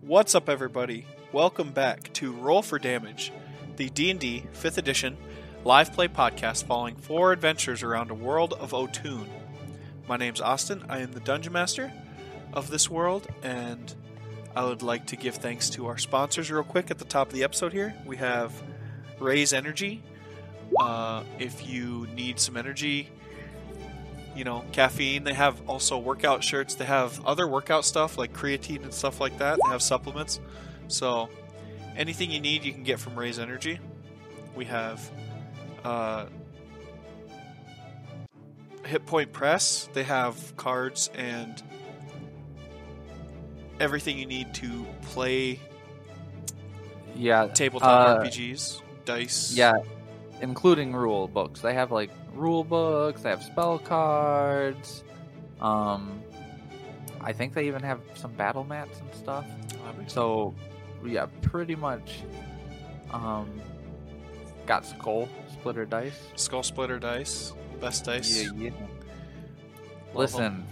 What's up, everybody? Welcome back to Roll for Damage, the D&D 5th Edition live play podcast following four adventures around a world of O'Toon. My name's Austin. I am the Dungeon Master of this world, and I would like to give thanks to our sponsors real quick at the top of the episode here. We have Raise Energy. Uh, if you need some energy, you know, caffeine. They have also workout shirts. They have other workout stuff like creatine and stuff like that. They have supplements. So anything you need, you can get from Raise Energy. We have uh, Hit Point Press. They have cards and everything you need to play Yeah, tabletop Uh, RPGs, dice. yeah, including rule books. They have like rule books. They have spell cards. Um, I think they even have some battle maps and stuff. Oh, that makes- So, yeah, pretty much. Um, got skull splitter dice. Skull Splitter dice, best dice. Yeah, yeah. Love 'em. Listen,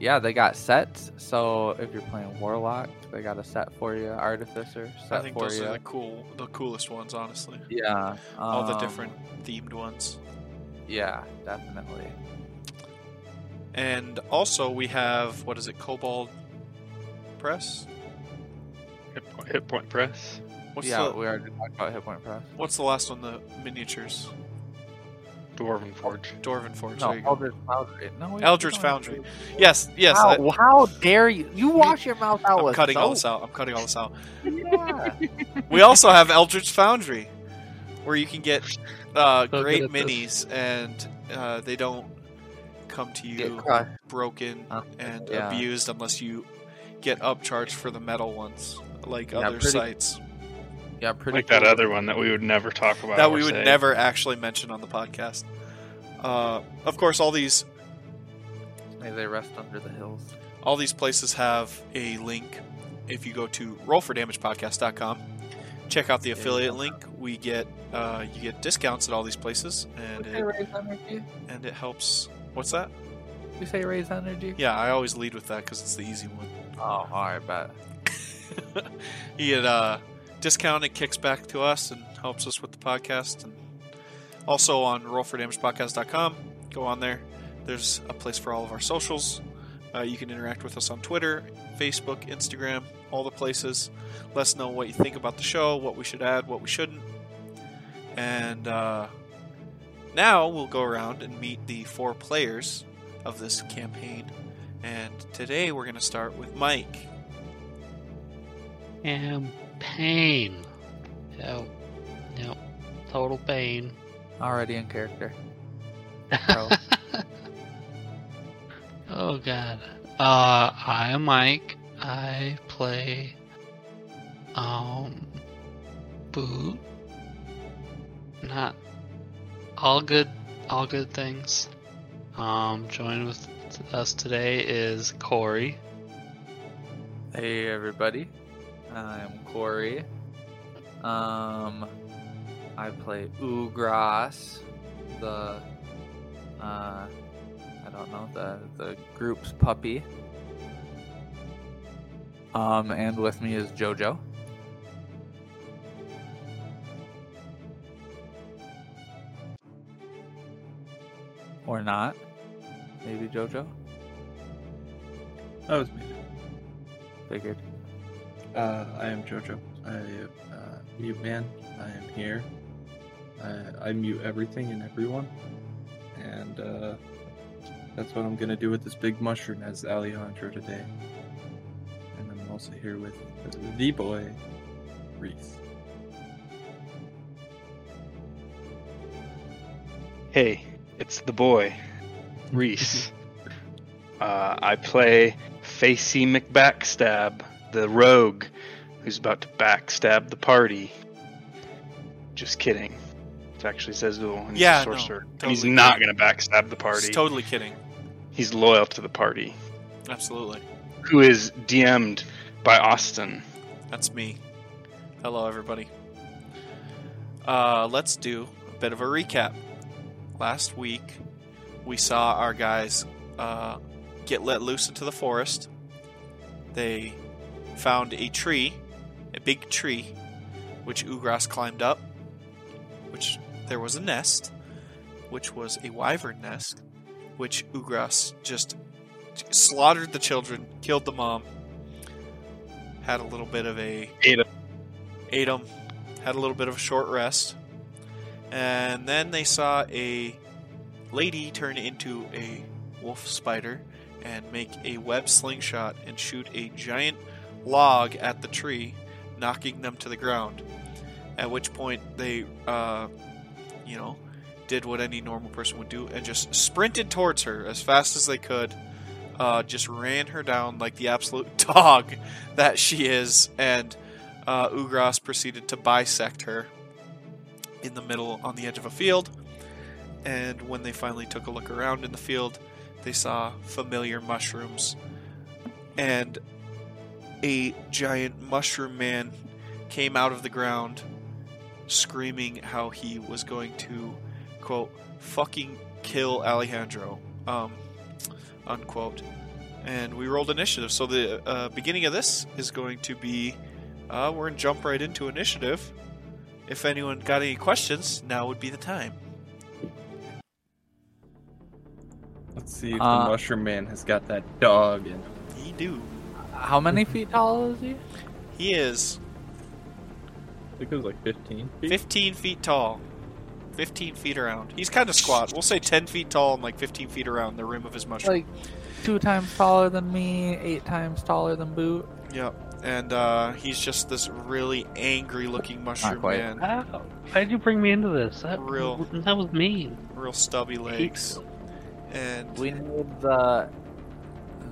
yeah, they got sets. So if you're playing warlock, they got a set for you. Artificer set I think for those you. are the cool, the coolest ones, honestly. yeah, All the um, different themed ones. Yeah, definitely. And also we have what is it, Cobalt Press? Hit point, hit point press. What's yeah, the we already talked about hit point press. what's the last one? The miniatures, Dwarven Forge. Dwarven Forge. No, there you go. Eldritch Foundry. No, we- Eldritch we don't Foundry. have to- Yes, yes. I, How, how dare you? You wash your mouth out am with cutting all this out. soap. I'm cutting all this out. Yeah. we also have Eldritch Foundry, where you can get uh, good great at minis, and uh, they don't come to Get you crushed. broken Uh, and yeah. abused unless you get upcharged for the metal ones, like Yeah, other pretty sites Yeah, pretty Like that cool. other one that we would never talk about. that or we would say. never actually mention on the podcast. Uh, of course, all these May they rest under the hills. all these places have a link if you go to rollfordamagepodcast.com check out the affiliate link we get uh, you get discounts at all these places and We say it, raise energy. and it helps what's that We say raise energy. yeah i always lead with that because it's the easy one Oh, all right, bet. you get a discount it uh, kicks back to us and helps us with the podcast and also on rollfordamagepodcast.com go on there there's a place for all of our socials uh, you can interact with us on twitter facebook instagram all the places let us know what you think about the show what we should add what we shouldn't and uh, now we'll go around and meet the four players of this campaign and today we're going to start with mike And pain. Yep. Yep. Total pain. Already in character. Bro. oh god. Uh I am Mike. I play um boot. Not all good all good things. Um joined with us today is Corey. Hey everybody, I'm Corey. Um, I play Ugras, the uh, I don't know the the group's puppy. Um, and with me is Jojo. Or not? Maybe Jojo. That was muted. Figured. Uh, I am Jojo. I am uh, mute man. I am here. I, I mute everything and everyone. And uh, that's what I'm going to do with this big mushroom as Alejandro today. And I'm also here with the boy, Reese. Hey, it's the boy, Reese. uh, I play Facey McBackstab, the rogue who's about to backstab the party. Just kidding. It actually says Zool, and he's Yeah, a no, sorcerer. and he's totally not kidding. going to backstab the party. Just totally kidding he's loyal to the party, absolutely who is DM'd by Austin. That's me. Hello, everybody. Uh, let's do a bit of a recap. Last week, we saw our guys uh, get let loose into the forest. They found a tree, a big tree, which Ugras climbed up, which there was a nest, which was a wyvern nest, which Ugras just slaughtered the children, killed the mom, had a little bit of a Ate 'em. ate 'em, had a little bit of a short rest, and then they saw a lady turn into a wolf spider and make a web slingshot and shoot a giant log at the tree, knocking them to the ground. At which point they, uh, you know, did what any normal person would do and just sprinted towards her as fast as they could. Uh, just ran her down like the absolute dog that she is, and uh, Ugras proceeded to bisect her in the middle on the edge of a field. And when they finally took a look around in the field, they saw familiar mushrooms and a giant mushroom man came out of the ground screaming how he was going to quote fucking kill alejandro um, unquote and we rolled initiative so the uh, beginning of this is going to be uh, we're gonna jump right into initiative if anyone got any questions now would be the time Let's see if Uh, the mushroom man has got that dog in him. he do How many feet tall is he? he is I think it was like 15 feet. 15 feet tall. 15 feet around. He's kind of squat. We'll say 10 feet tall and like 15 feet around the rim of his mushroom. Like two times taller than me, eight times taller than Boot. yep. And uh, he's just this really angry looking mushroom quite. man. Ow. Why'd you bring me into this? That, Real. that was mean. Real stubby legs. And We need the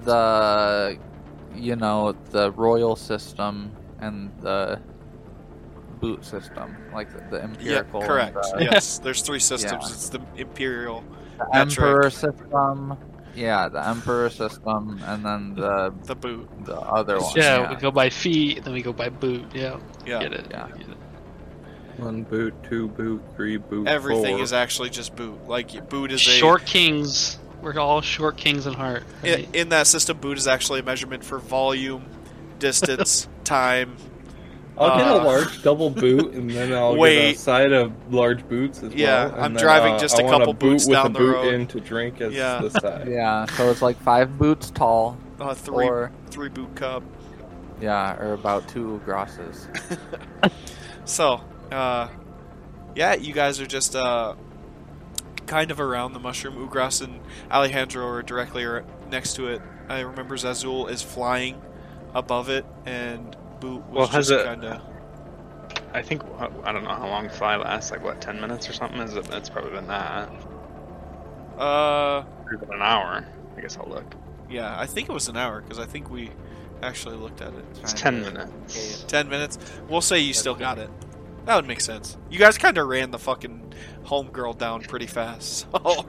the you know the royal system and the boot system, like the, the yeah, empirical. and correct. the- yes, there's three systems. It's the imperial. the That's right. emperor system. Yeah, the emperor system, and then the The boot. the other one. yeah, we go by feet, then we go by boot. Yeah, Yeah. get it. Yeah. Get it. One boot, two boot, three boot. Everything four. is actually just boot. Like boot is a Short kings. We're all short kings in heart. in, right? in that system. Boot is actually a measurement for volume, distance, time, I'll get Uh, a large double boot, and then I'll get Wait. a side of large boots as Yeah, well. and I'm then, driving uh, just I a want couple boot boots with down a the boot road. in to drink as Yeah. the side. Yeah, so it's like five boots tall, uh, three or three boot cub. yeah, or about two grosses. So, uh, yeah, you guys are just uh, kind of around the mushroom. Ugras and Alejandro are directly ar- next to it. I remember Zazul is flying above it, and Boot was Well, has just it- kind of. I think uh, I don't know how long fly lasts. Like what, ten minutes or something? Is it? It's probably been that. Uh, Probably been an hour. I guess I'll look. yeah, I think it was an hour because I think we actually looked at it. It's ten minutes. Ten minutes. We'll say you still got it. That would make sense. You guys kind of ran the fucking homegirl down pretty fast. So,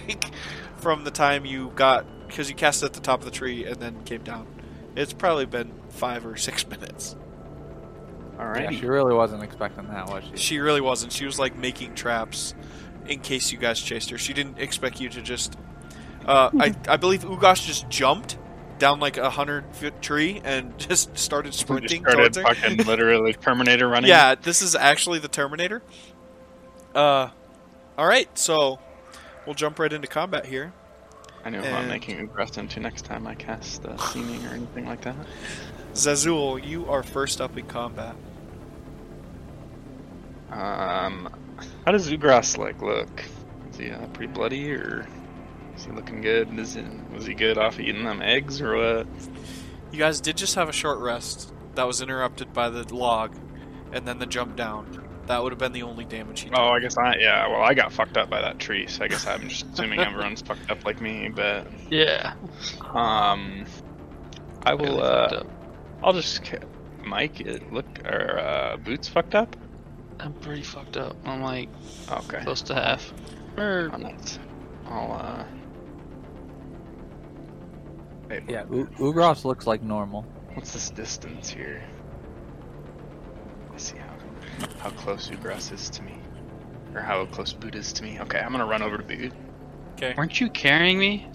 like, from the time you got, because you cast it at the top of the tree and then came down, it's probably been five or six minutes. Yeah, Alrighty. she really wasn't expecting that, was she? She really wasn't. She was like making traps in case you guys chased her. She didn't expect you to just. Uh, I, I believe Ugosh just jumped down like a hundred foot tree and just started We just sprinting started towards her. fucking literally Terminator running. Yeah, this is actually the Terminator. Uh, all right, so we'll jump right into combat here. I know who And- I'm making regress into next time I cast uh, seeming or anything like that. Zazul, you are first up in combat. Um, how does Zugras like look? Is he uh, pretty bloody or is he looking good? Is he, was he good off eating them eggs or what? You guys did just have a short rest that was interrupted by the log, and then the jump down. That would have been the only damage he took. Oh, I guess I yeah. Well, I got fucked up by that tree, so I guess I'm just assuming everyone's fucked up like me. But Yeah. um, I will. Really fucked Uh, up. I'll just ca- Mike. It look or uh, boots fucked up. I'm pretty fucked up. I'm like Okay. close to half. Or Oh, nice. I'll uh. Wait, Yeah, U- Ugros looks like normal. What's this distance here? Let's see how how close Ugras is to me, or how close Boot is to me. Okay, I'm gonna run over to Boot. Okay. weren't you carrying me?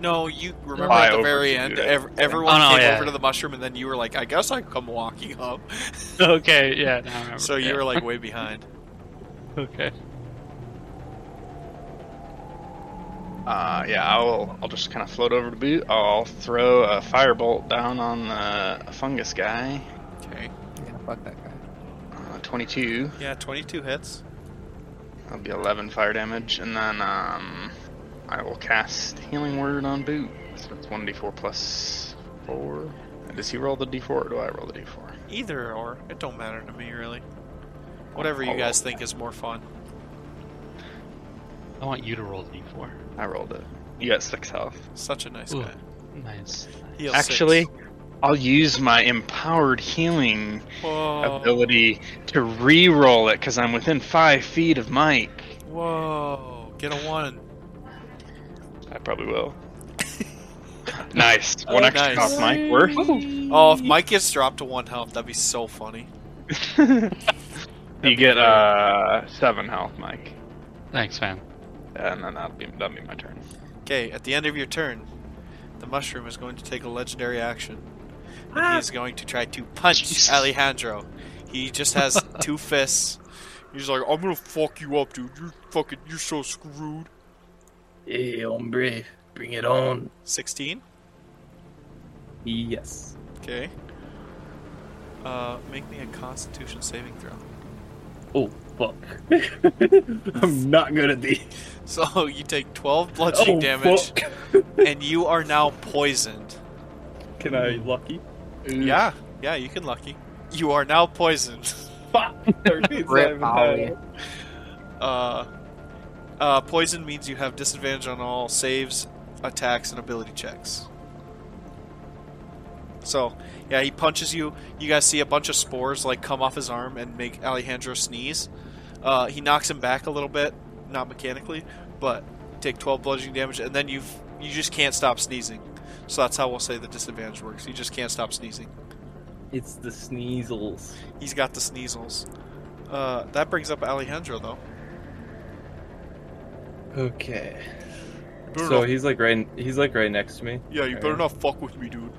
No, you remember I at the very end, overshoot it. ev- everyone Oh, no, came yeah. over to the mushroom, and then you were like, "I guess I can come walking up." okay, yeah. Now I remember. So you Yeah. were like way behind. okay. Uh, yeah, I'll I'll just kind of float over to boot. I'll throw a firebolt down on the fungus guy. Okay. Yeah, fuck that guy. Uh, 22. Yeah, twenty-two hits. That'll be 11 fire damage, and then um, I will cast healing word on boot. So it's 1d4 plus four. Does he roll the d4 or do I roll the d4? Either or, it don't matter to me really. Whatever you I'll guys think is more fun. I want you to roll the d4. I rolled it. You got six health. Such a nice Ooh. guy. Nice. Heal six. Actually, I'll use my empowered healing whoa, ability to re-roll it because I'm within five feet of Mike. whoa, get a one. I probably will. nice. One Oh, extra nice. off Mike. Worth. Oh, if Mike gets dropped to one health, that'd be so funny. you get uh seven health, Mike. Thanks, man. And then that'll be that'll be my turn. Okay, at the end of your turn, the mushroom is going to take a legendary action. And Ah. he is going to try to punch Jesus. Alejandro. He just has two fists. He's like, I'm gonna fuck you up, dude. You're fucking, you're so screwed. Hey, Eh, hombre, bring it on. 16. Yes. Okay. Uh, make me a Constitution saving throw. Oh, fuck. I'm not good at these. So you take 12 bludgeoning oh, damage, fuck. and you are now poisoned. Can I lucky? Yeah, yeah, you can lucky. You are now poisoned. Fuck. Rip, Ollie. Uh, uh, poison means you have disadvantage on all saves, attacks, and ability checks. So, yeah, he punches you. You guys see a bunch of spores like come off his arm and make Alejandro sneeze. Uh, he knocks him back a little bit, not mechanically, but take 12 bludgeoning damage, and then you've you just can't stop sneezing. So that's how we'll say the disadvantage works. You just can't stop sneezing. It's the sneezels. He's got the sneezels. Uh, that brings up Alejandro though. Okay. Better So not- he's like right he's like right next to me. yeah, you better not fuck with me, dude.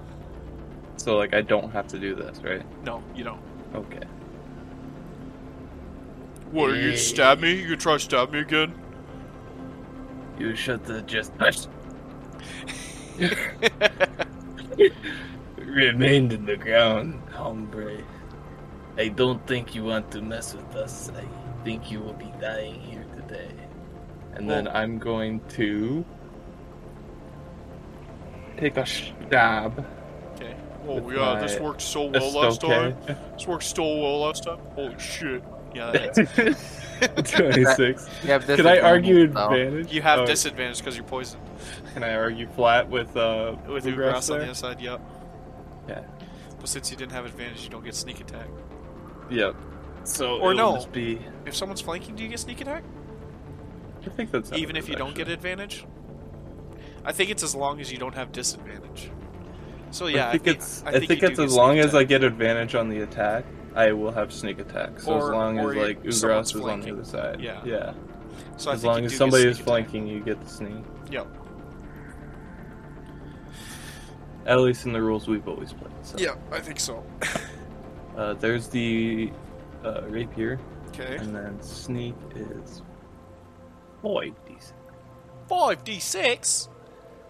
So like I don't have to do this, right? No, you don't. Okay. What, you gonna stab me? You gonna try to stab me again? You should have just touched. Remained in the ground, hombre. I don't think you want to mess with us. I think you will be dying here today. And then Well- I'm going to take a stab. okay. With my worked so That's okay. This worked so well last time. Holy shit. Yeah, that hits. 26. You have Can I disadvantage, argue though. advantage? you have Oh, disadvantage because you're poisoned. Can I argue flat with uh With bluegrass Ugrass on there? the other side, yep. Okay. But since you didn't have advantage, you don't get sneak attack. Yep. So Or it'll no. just be. If someone's flanking, do you get sneak attack? I think that's how Even it if is, you don't actually. get advantage? I think it's as long as you don't have disadvantage. So yeah, I think thi- it's. I I think, think, you do it's get as sneak long as I attack. get advantage on the attack, I will have sneak attack. So Or- as long or as you- like someone's Ugras was on the flanking. other side. Yeah. Yeah. So I as think long you as do get somebody sneak is attack. flanking, you get the sneak. Yep. At least in the rules we've always played. So. Yeah, I think so. Uh, there's the uh, rapier, Okay. and then sneak is five d six. Five D six?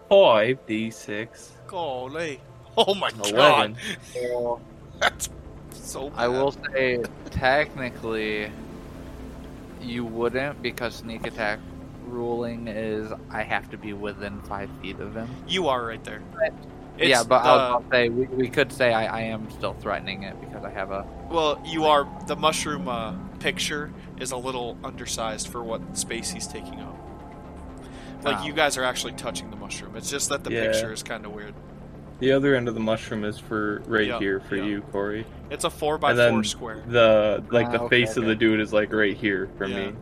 Five d six. Golly. Oh my Eleven. god. That's so bad. I will say, technically, you wouldn't because sneak attack ruling is I have to be within five feet of him. You are right there. yeah, It's but the, I was about to say we, we could say I, I am still threatening it because I have a well, you are the mushroom uh, picture is a little undersized for what space he's taking up. Like Ah. you guys are actually touching the mushroom. It's just that the Yeah. picture is kind of weird. The other end of the mushroom is for right Yeah, here for yeah. you, Corey. It's a four by And then four square. The like the Ah, okay, face of okay. the dude is like right here for Yeah. me.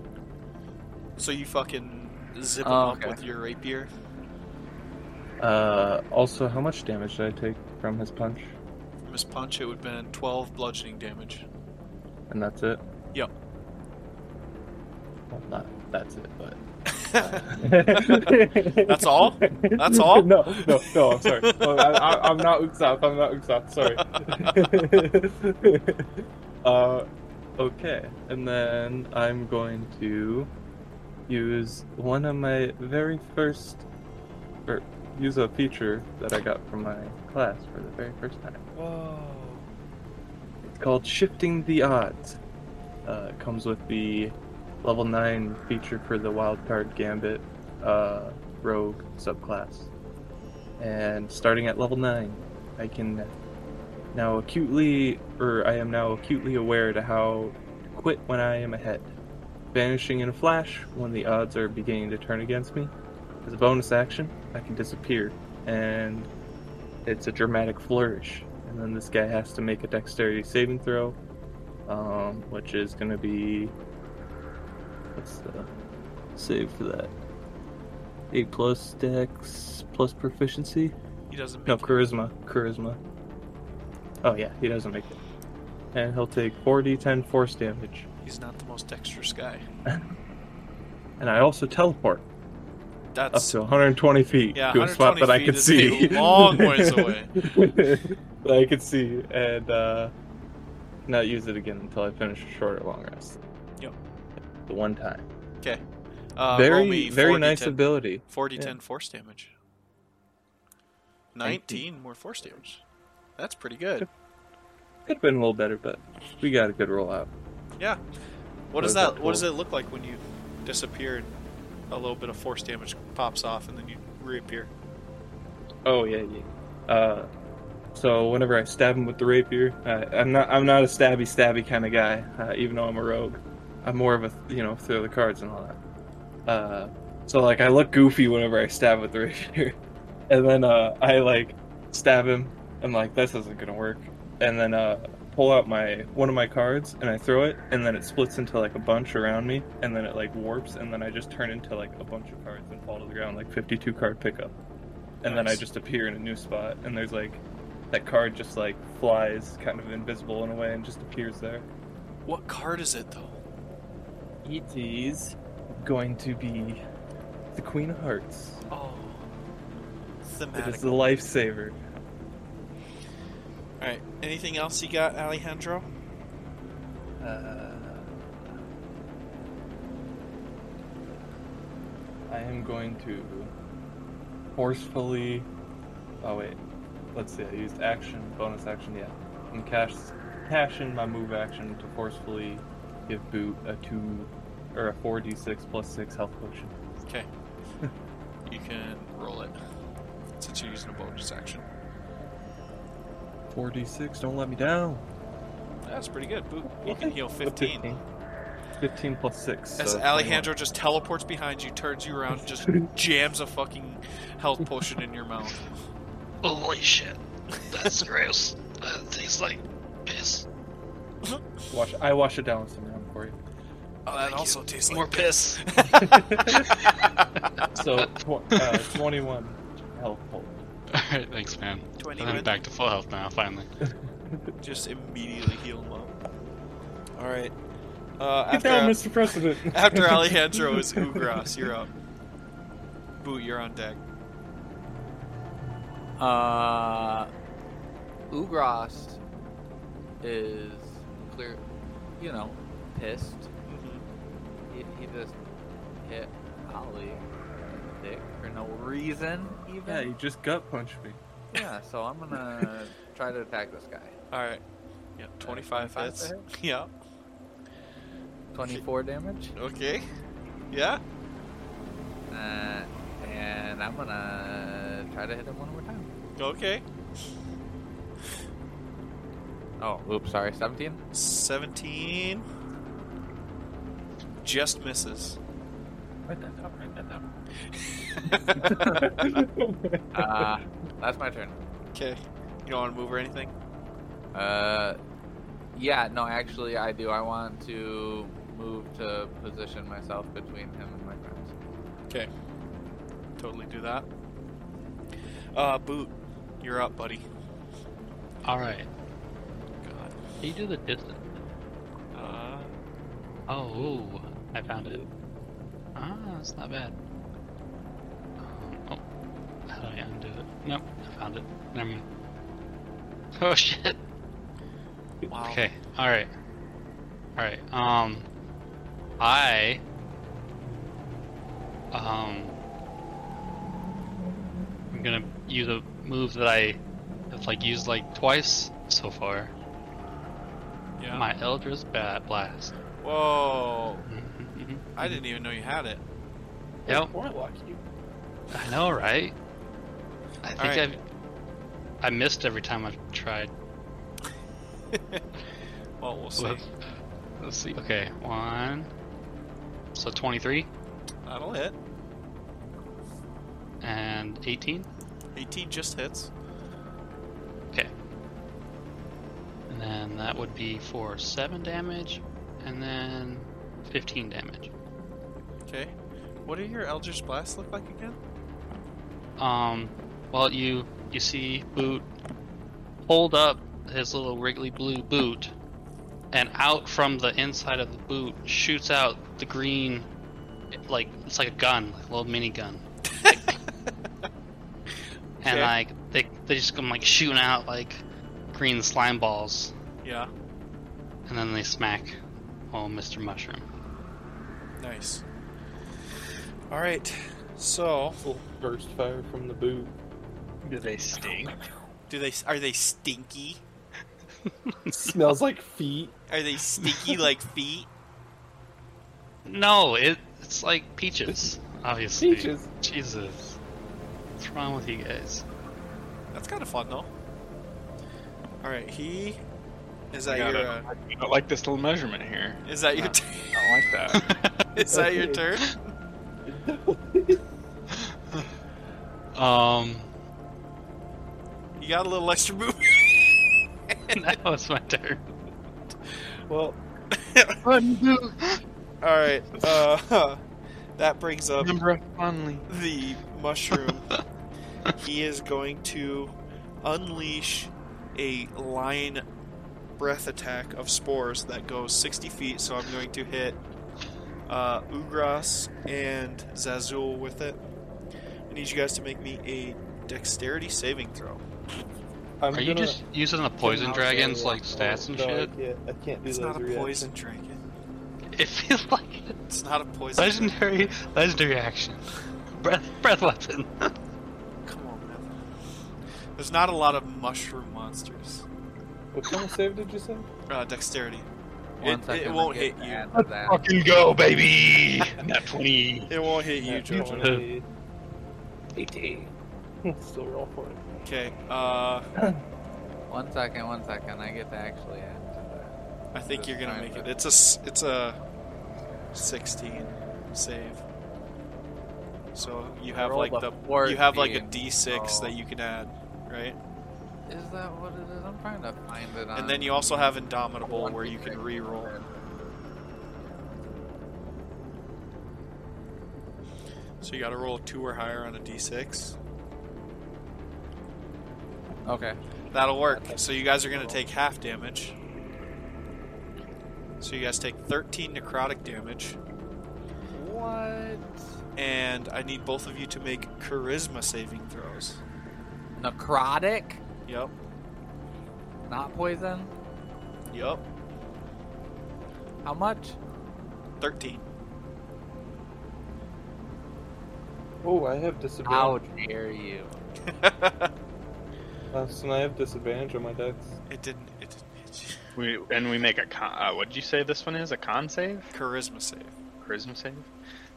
So you fucking zip him Oh, up okay. with your rapier. Uh, also, how much damage did I take from his punch? Miss Punch, it would have been twelve bludgeoning damage. And that's it. Yep. Well, not that's it, but That's all? That's all? No, no, no. I'm sorry. Oh, I, I, I'm not Uksop. I'm not Uksop. Sorry. uh, okay, and then I'm going to use one of my very first, or use a feature that I got from my class for the very first time. Whoa. It's called Shifting the Odds. Uh, it comes with the level 9 feature for the Wildcard Gambit uh, Rogue subclass. And starting at level 9, I can now acutely, or I am now acutely aware to how to quit when I am ahead. Vanishing in a flash when the odds are beginning to turn against me. As a bonus action, I can disappear, and it's a dramatic flourish. And then this guy has to make a dexterity saving throw, um, which is going to be. What's the save for that? A plus dex plus proficiency? He doesn't make No, charisma. Charisma. Oh, yeah, he doesn't make it. And he'll take 4d10 force damage. He's not the most dexterous guy. And I also teleport up That's to 120 feet Yeah, to a spot 120 that I feet could is see. a long ways away. that I could see, and uh, not use it again until I finish a short or long rest. Yep. The one time. okay. Uh, roll very, me very 4d10 nice ability. 4d10 Yeah. force damage. 19. 19 more force damage. That's pretty good. Could have been a little better, but we got a good roll out. Yeah. What does Those are that what does cool. it look like when you disappear and a little bit of force damage pops off and then you reappear? Oh yeah, yeah. Uh, so whenever I stab him with the rapier, I, I'm not I'm not a stabby stabby kind of guy. Uh, even though I'm a rogue, I'm more of a you know throw the cards and all that. Uh, so like I look goofy whenever I stab with the rapier, and then uh, I like stab him. I'm like this isn't gonna work, and then uh, pull out my one of my cards and I throw it, and then it splits into like a bunch around me, and then it like warps, and then I just turn into like a bunch of cards and fall to the ground like 52 card pickup and then I Nice. just appear in a new spot, and there's like that card just like flies, kind of invisible in a way, and just appears there. What card is it though? It is going to be the Queen of Hearts. Oh. It Thematic. is the lifesaver. All right. Anything else you got, Alejandro? Uh, I am going to forcefully. Oh wait, let's see. I used action, bonus action. Yeah, I'm cash cashing my move action to forcefully give Boot a two or a four d six plus six health potion. Okay. you can roll it since you're using a bonus action. Four d six. Don't let me down. That's pretty good. Boot, you Okay. can heal A 15. Fifteen plus six. As so Alejandro just teleports behind you, turns you around, and just jams a fucking health potion in your mouth. Holy shit. That's gross. That tastes like piss. 21. Wash. I wash it down with some rum for you. Oh, that also tastes like More piss. So tw- uh, twenty-one health potion. Alright, thanks, man. I'm 21. back to full health now, finally. Just immediately heal him up. All right. Uh, Get after, down, Mr. President. after Alejandro is Ugras, you're up. Boot, you're on deck. Uh, Ugras is clear, you know, pissed. Mhm. He, he just hit Ollie in the dick for no reason, even. Yeah, you just gut punched me. Yeah, so I'm gonna try to attack this guy. All right. Yeah, 25 25 hits. to Yeah. 24 damage, Okay. Yeah. uh, and I'm gonna try to hit him one more time. Okay. Oh, oops, sorry, 17. 17. Just misses. Write that down, write that down. Uh, that's my turn. Okay. You don't want to move or anything? Uh, yeah, no, actually, I do. I want to move to position myself between him and my friends. Totally do that. Uh, Boot, you're up, buddy. Alright. God. How you do the distance? Uh, Oh, ooh, I found it. Ah, that's not bad. Oh yeah, I did it. Nope, I found it. Never mind. Oh shit. Wow. Okay. All right. All right. Um, I um, I'm gonna use a move that I have like used like twice so far. Yeah. My Eldritch Bat Blast. Whoa. Mhm. I didn't even know you had it. Yep. Warlock, you I know, right? I think right. I've I missed every time I've tried. Well, we'll see. Let's, uh, let's see. Okay, one. So 23 That'll hit. and 18. 18 just hits. And then that would be for 7 damage, and then 15 damage. Okay. What do your Eldritch Blast look like again? Um, well, you you see Boot hold up his little wriggly blue boot, and out from the inside of the boot shoots out the green, like it's like a gun, like a little mini gun. and Okay. like they they just come like shooting out like green slime balls, Yeah. and then they smack, oh Mr. Mushroom. Nice. All right. So, will burst fire from the boot. Do they stink? do they are they stinky? Smells like feet. Are they stinky like feet? No, it it's like peaches, obviously. Peaches. Jesus, what's wrong with you guys? That's kind of fun though. All right, he is that I your gotta- uh, I don't like this little measurement here. is that your Uh, turn? I don't like that. is that your turn? Um, You got a little extra move. that was my turn. Well, All right. Uh, that brings up Remember fondly. the mushroom. he is going to unleash a lion breath attack of spores that goes 60 feet. So I'm going to hit uh, Ugras and Zazul with it. I need you guys to make me a dexterity saving throw. I'm Are you gonna- just using the poison Cannot dragon's go. like stats and No, shit? I can't, I can't do It's those not a reactions. poison dragon. It feels like It's not a poison. dragon. legendary, legendary action. Breath, breath weapon. Come on, man. There's not a lot of mushroom monsters. What kind of save did you say? Uh, dexterity. One It, second, it I'm won't hit getting you. ads of that. Fucking go, baby! Not 20. It won't hit you, Nat Jojo. 20. Still roll for it. Okay. Uh, One second, one second. I get to actually add to that. I think This you're gonna time, make it. but- It's a s- it's a 16 save. So you have rolled like the a 14, you have like a D6 so- that you can add, right? Is that what it is? I'm trying to find it on. And then you also have Indomitable one where you can D6. re-roll. So you got to roll a two or higher on a D6. Okay. That'll work. So you guys are gonna take half damage. So you guys take 13 necrotic damage. What? and I need both of you to make charisma saving throws. Necrotic? Yep, Not poison? yep. How much? 13. Oh, I have disadvantage. How dare you? Uh, so I have disadvantage on my dex. It didn't. It didn't hit We, and we make a con. Uh, what'd you say this one is? A con save? you. Charisma save. Charisma save?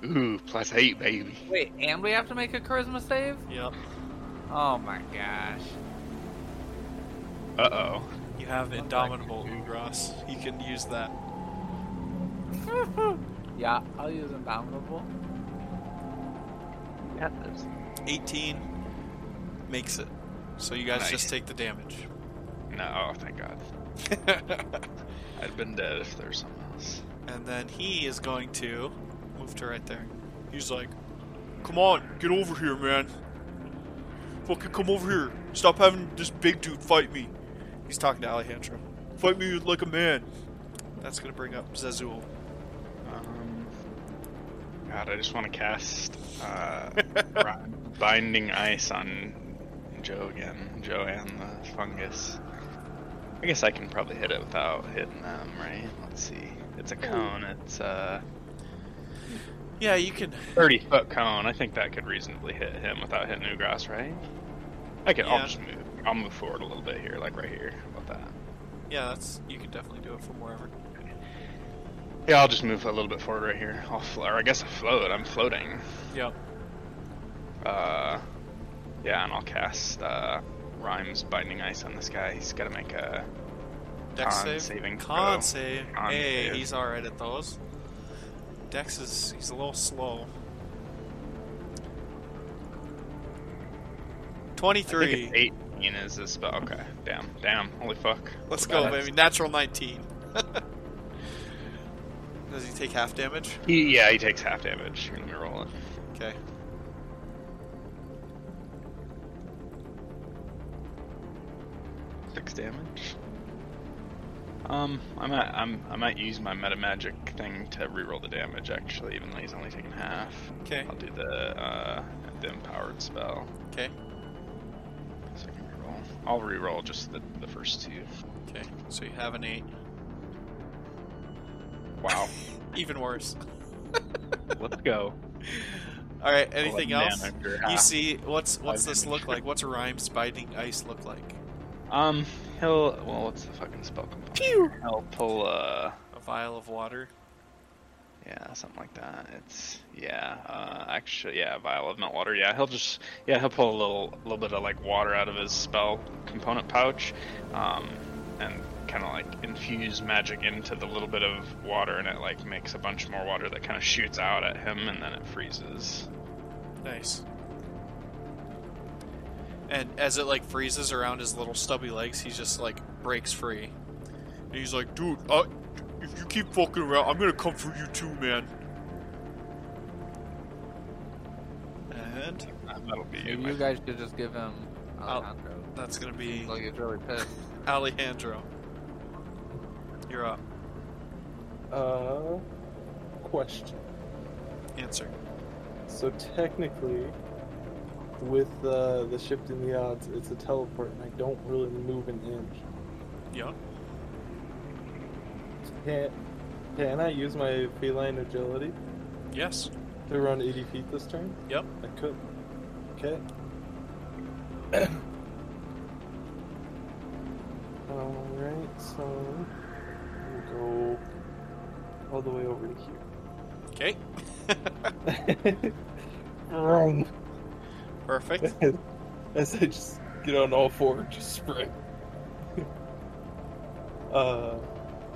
Ooh, plus 8, baby. Wait, and we have to make a charisma save? Yep. Oh my gosh. Uh oh. You have Looks Indomitable Ugras. You can use that. Yeah, I'll use Indomitable. Yeah, that's 18 makes it. So you guys Nice. just take the damage. No, oh, thank God. I'd been dead if there was something else. and then he is going to move to right there. He's like, Come on, get over here, man. Fucking come over here. Stop having this big dude fight me. He's talking to Alejandro. Fight me like a man. That's gonna bring up Zazul. Um, God, I just want to cast uh, Ri- Binding Ice on Joe again. Joe and the fungus. I guess I can probably hit it without hitting them, right? Let's see. It's a cone. It's a Yeah, you can. 30 foot cone. I think that could reasonably hit him without hitting Ugras, right? I can. Yeah. I'll just move. I'll move forward a little bit here, like right here. How about that? Yeah, that's you can definitely do it from wherever. Yeah, I'll just move a little bit forward right here. I'll flo- or I guess I float. I'm floating. Yeah. Uh, yeah, and I'll cast uh, Rhymes Binding Ice on this guy. He's got to make a Dex Con save. saving Con throw. save. Con hey, save. he's alright at those. Dex is he's a little slow. I think it's Twenty-three. 18 is his spell. Okay, damn, damn, holy fuck. Let's go, That's- baby. Natural nineteen. Does he take half damage? He, yeah, he takes half damage. Let me roll it. Okay. Six damage. Um, I might, I'm, I might use my meta magic thing to reroll the damage actually, even though he's only taking half. Okay. I'll do the uh, the empowered spell. Okay. So I can reroll. I'll reroll just the, the first two. Okay. So you have an eight. Wow. Even worse. Let's go. All right. Anything Eleven else? damage or You half. see what's what's Five this damage. look like? What's rhymes biting ice look like? Um, he'll. Well, what's the fucking spell component? Pew! He'll pull. Uh, A vial of water. yeah, something like that. It's yeah. Uh, actually, yeah, vial of meltwater. Yeah, he'll just yeah he'll pull a little little bit of like water out of his spell component pouch, um, and kind of like infuse magic into the little bit of water, and it like makes a bunch more water that kind of shoots out at him, and then it freezes. Nice. And as it like freezes around his little stubby legs, he just like breaks free. And he's like, "Dude, uh, if you keep fucking around, I'm gonna come for you too, man." And Uh, That'll be Maybe my- you guys should just give him I'll- Alejandro. that's gonna be Like he's really pissed. Alejandro. You're up. Uh, question. Answer. So technically, with uh, the shift in the odds, it's a teleport, and I don't really move an inch. Yeah. Can, can I use my feline agility Yes. to run 80 feet this turn? Yep. I could. Okay. Alright, so we'll go all the way over to Okay. here. Wrong. Perfect. As I just get on all four and just spray. uh,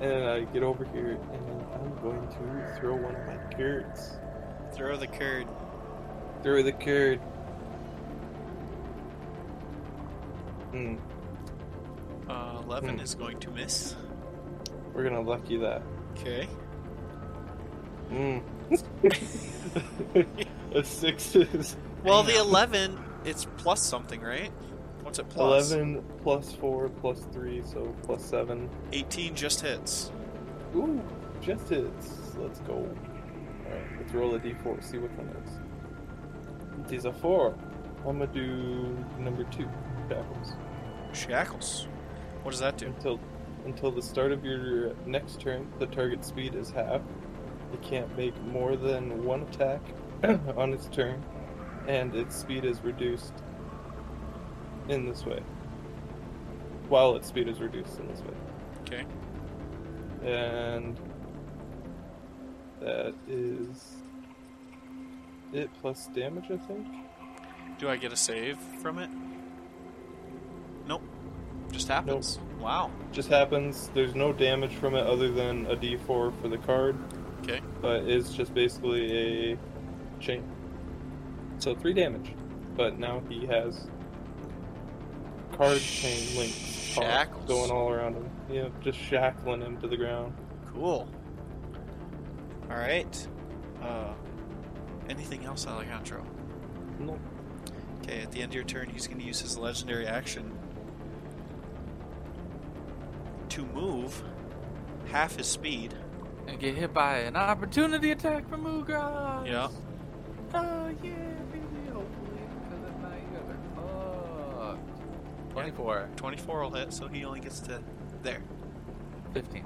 and I get over here and I'm going to throw one of my carrots. Throw the curd. Throw the carrot. Hmm, Uh, Eleven Hmm. is going to miss. we're gonna lucky that. Okay. Hmm. A six is Well, the 11, it's plus something, right? What's it plus? 11 plus 4 plus 3, so plus 7. 18 just hits. Ooh, just hits. Let's go. Alright, let's roll a d4, see which one it is. It is a 4. I'm gonna do number 2, backwards. Shackles. What does that do? Until until the start of your next turn, the target speed is half. It can't make more than one attack on its turn, and its speed is reduced in this way. While its speed is reduced in this way. Okay. And that is it plus damage, I think. Do I get a save from it? Nope. Just happens. Wow. just happens. There's no damage from it other than a D4 for the card. Okay. But it's just basically a chain. So three damage. But now he has card chain links Shackles. going all around him. Yeah, just shackling him to the ground. Cool. All right. Uh, anything else, Alejandro? Nope. Okay, at the end of your turn, he's going to use his legendary action to move half his speed and get hit by an opportunity attack from Ugra. Yeah. Oh yeah, baby. Hopefully, because if not, you guys are fucked. Twenty-four. 24 will hit, so he only gets to there. Fifteen.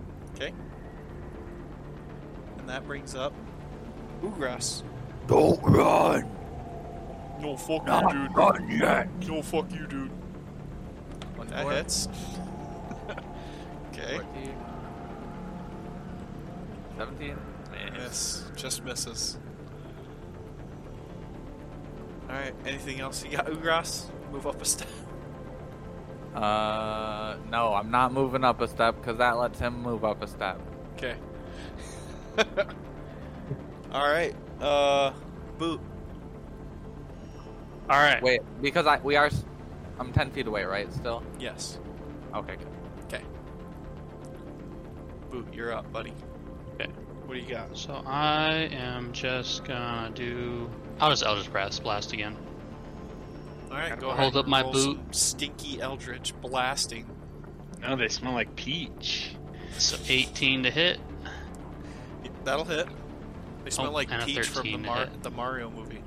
And that brings up Ugras. Don't run! No, fuck Oh, Not you, Oh, dude. run yet! No, fuck you, dude. One That more. hits. okay. 14. 17. Miss. Just misses. Alright, anything else you got, Ugras? Move up a step. Uh, no, I'm not moving up a step because that lets him move up a step. Okay. Alright, uh, boot. All right. Wait, because I we are, s- I'm 10 feet away, right? Still. Yes. Okay. Good. Boot, you're up, buddy. Okay. What do you got? So I am just gonna do. I'll just Elder's Blast, blast again. Alright, go Hold ahead. up and my roll boot. some Stinky Eldritch blasting. No, they smell like peach. So 18 to hit. That'll hit. They smell Oh, like and a peach from the, 13 to Mar- hit. the Mario movie.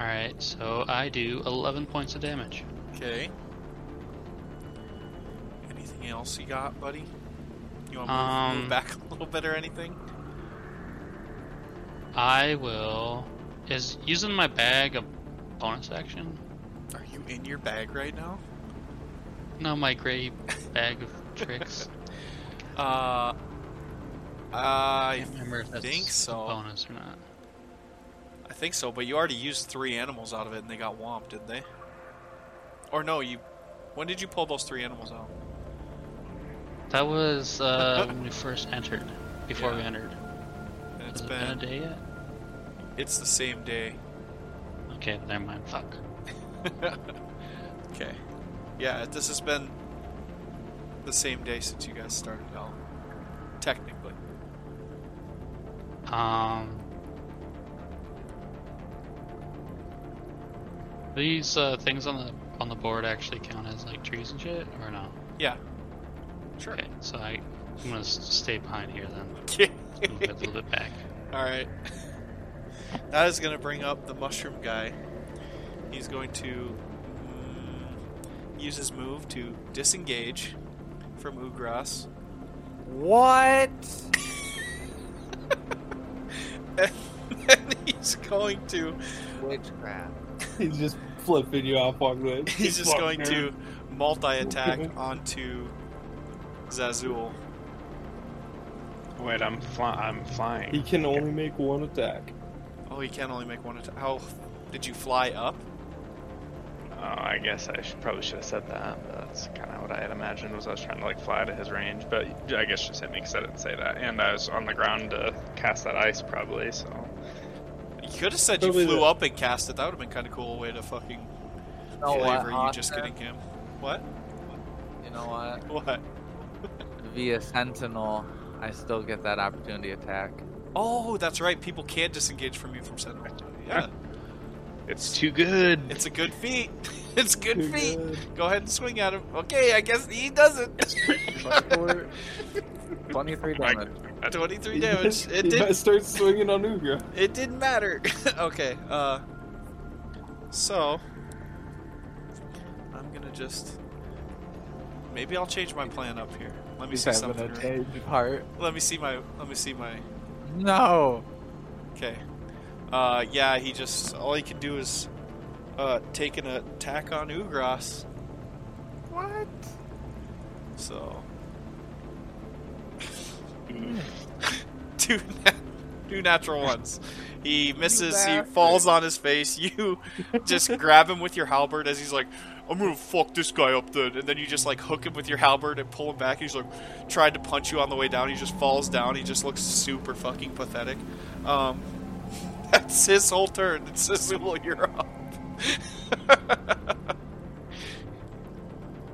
All right. So I do 11 points of damage. Okay. Anything else you got, buddy? You want to move, move Um, back a little bit or anything? I will. Is using my bag a bonus action? Are you in your bag right now? No, my gray bag of tricks. Uh, I can't remember if that's think so. a bonus or not. I think so, but you already used three animals out of it and they got womped, didn't they? Or no, you. When did you pull those three animals out? That was uh, when we first entered. Before we Yeah. entered. And it's Has it been a been. day yet? It's the same day. Okay, never mind. Fuck. Okay. Yeah, this has been the same day since you guys started out. Technically. Um, these uh, things on the on the board actually count as like trees and shit, or no? Yeah. Sure. Okay, so I, I'm gonna s- stay behind here then. Okay. Move it a little bit back. Alright. That is going to bring up the mushroom guy. He's going to mm, use his move to disengage from Ugras. What? and he's going to Witchcraft. He's just flipping you off, walking away. he's just going to multi-attack onto Zazul. Wait, I'm fly- I'm flying. He can only make one attack. Oh, he can only make one attack. How f- did you fly up? Oh, I guess I should, probably should have said that. But that's kind of what I had imagined was I was trying to like fly to his range, but I guess just hit me because I didn't say that, and I was on the ground to cast that ice probably. So You could have said Probably you flew the- up and cast it. That would have been kind of cool way to fucking You know Oh, what? flavor you just Austin? getting him. What? You know what? What? Via Sentinel, I still get that opportunity attack. Oh, that's right. People can disengage from you from Sentinel. Yeah, it's too good. it's a good feat. It's good Too feat. good. Go ahead and swing at him. Okay, I guess he doesn't. 23 Like- damage. Twenty-three He damage. just- It he did just starts swinging on Ugra. It didn't matter. okay, uh. So. I'm gonna just. Maybe I'll change my plan up here. Let me see something. real- Part. Let me see my. Let me see my. No. Okay. Uh, yeah, he just. All he can do is. Uh, take an attack on Ugras. What? So. two, na- two natural ones. He misses. He bastard. falls on his face. You just grab him with your halberd as he's like, "I'm gonna fuck this guy up," then, and then you just like hook him with your halberd and pull him back. He's like, tried to punch you on the way down. He just falls down. He just looks super fucking pathetic. Um, that's his whole turn. It's Sisulu, you're up.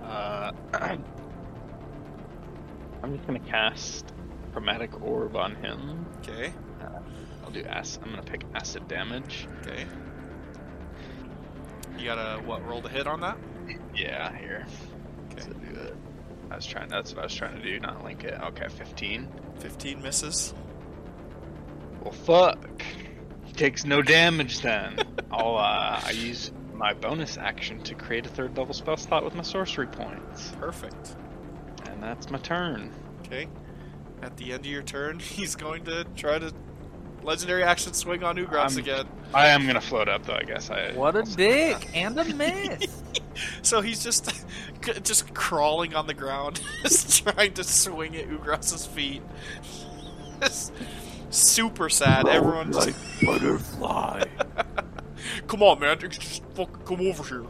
Uh, I'm just gonna cast chromatic orb on him. Okay. I'll do acid. I'm gonna pick acid damage. Okay. You gotta what? Roll the hit on that. Yeah, here. Okay. So do it. I was trying. That's what I was trying to do. Not link it. Okay, fifteen. 15 misses. Well, fuck. He takes no damage then. I'll uh, I use my bonus action to create a third level spell slot with my sorcery points, Perfect. and that's my turn. Okay. At the end of your turn, he's going to try to legendary action swing on Ugrox I'm- again. I am gonna float up though. I guess I. What a I'll say dick that. and a miss. So he's just just crawling on the ground, just trying to swing at Ugrox's feet. Just super sad. Everyone, just, like butterfly. come on, man, just fucking come over here.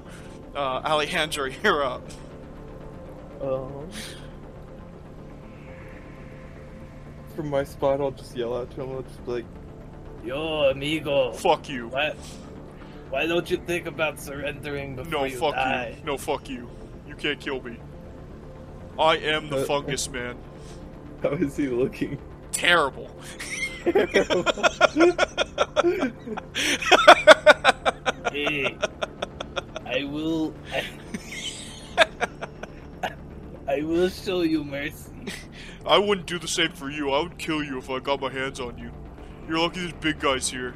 Uh, Alejandro, you're up. Uh-huh. From my spot, I'll just yell out to him. I'll just be like, Yo, amigo. Fuck you. Why, why don't you think about surrendering before No, you fuck die? you. No, fuck you. You can't kill me. I am the Uh, fungus man. "How is he looking?" Terrible. Hey, I will. I, I will show you mercy. I wouldn't do the same for you. I would kill you if I got my hands on you. You're lucky this big guy's here.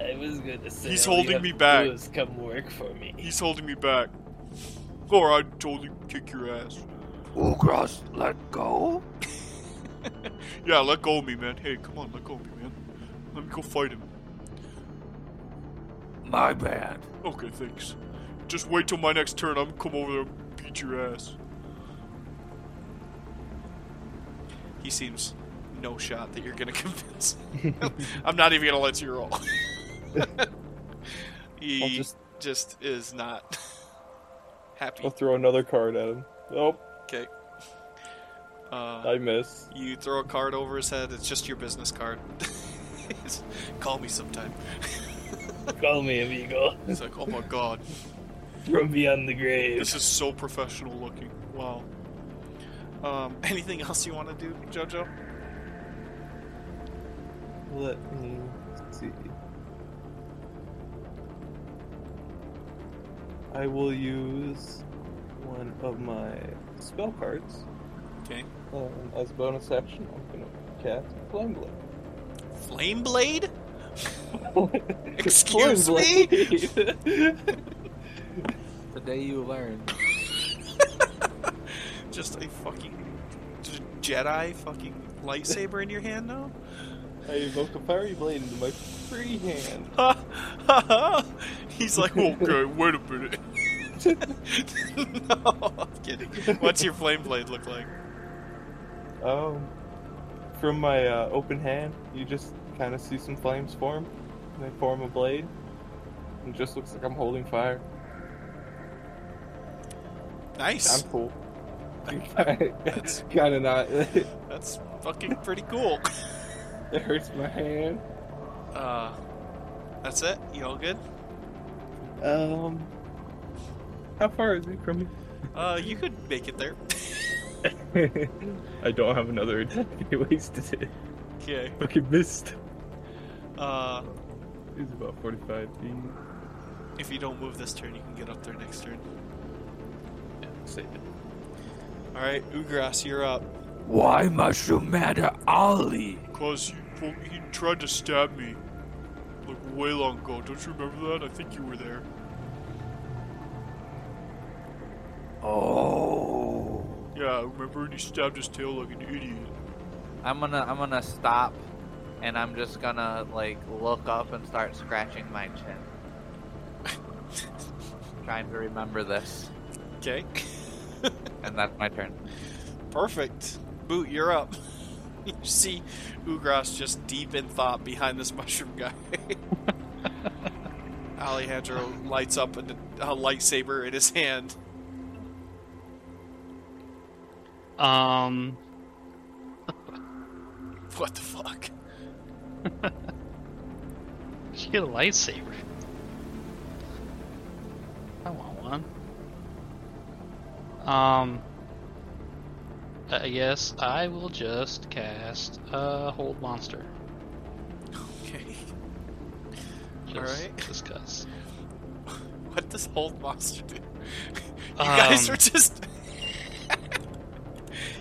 I was gonna say. He's all you holding have me to do back. is come work for me. He's holding me back. Or I'd totally kick your ass. Ugras, let go. Yeah, let go of me, man. Hey, come on, let go of me, man. Let me go fight him. My bad. Okay, thanks. Just wait till my next turn. I'm gonna come over there and beat your ass. He seems no shot that you're gonna convince. him. I'm not even gonna let you roll. I'll he just... just is not happy. I'll throw another card at him. Nope, Okay. Uh, I miss. you throw a card over his head. It's just your business card. He's, Call me sometime. Call me amigo He's like, oh my god. from beyond the grave. This is so professional looking. Wow. Um, anything else you want to do, Jojo? Let me see. I will use one of my spell cards. Okay. Um, as bonus action, I'm gonna cast Flame Flame blade? Blade. Excuse me? me? the day you learn. Just a fucking j- Jedi fucking lightsaber in your hand now? I evoke a fiery blade into my free hand. Ha ha ha! He's like, okay, wait a minute. no, I'm kidding. What's your flame blade look like? Um, from my uh, open hand, you just kind of see some flames form. and They form a blade. And it just looks like I'm holding fire. I'm Nice. cool. That's kind of not. it That's fucking pretty cool. hurts my hand. Uh, that's it? You all good? Um, how far is it from me? Uh, you could make it there. I don't have another attack. I wasted it. Okay. Fucking missed. Uh, It's about 45 feet. if you don't move this turn, you can get up there next turn. Save it. All right, Ugras, you're up. Why must you matter, Ali? Cause you, well, he tried to stab me, like way long ago. Don't you remember that? I think you were there. Oh. Yeah, I remember. And he stabbed his tail like an idiot. I'm gonna I'm gonna stop and I'm just gonna like look up and start scratching my chin. Trying to remember this. Okay, And that's my turn. perfect. Boot, you're up. you see Ugras just deep in thought behind this mushroom guy. Alejandro lights up an- a lightsaber in his hand. Um, What the fuck? I should get a lightsaber. I want one. Um, I guess I will just cast uh, hold monster. Okay. Just, Alright. Just 'cause. What does hold monster do? You guys Um, are just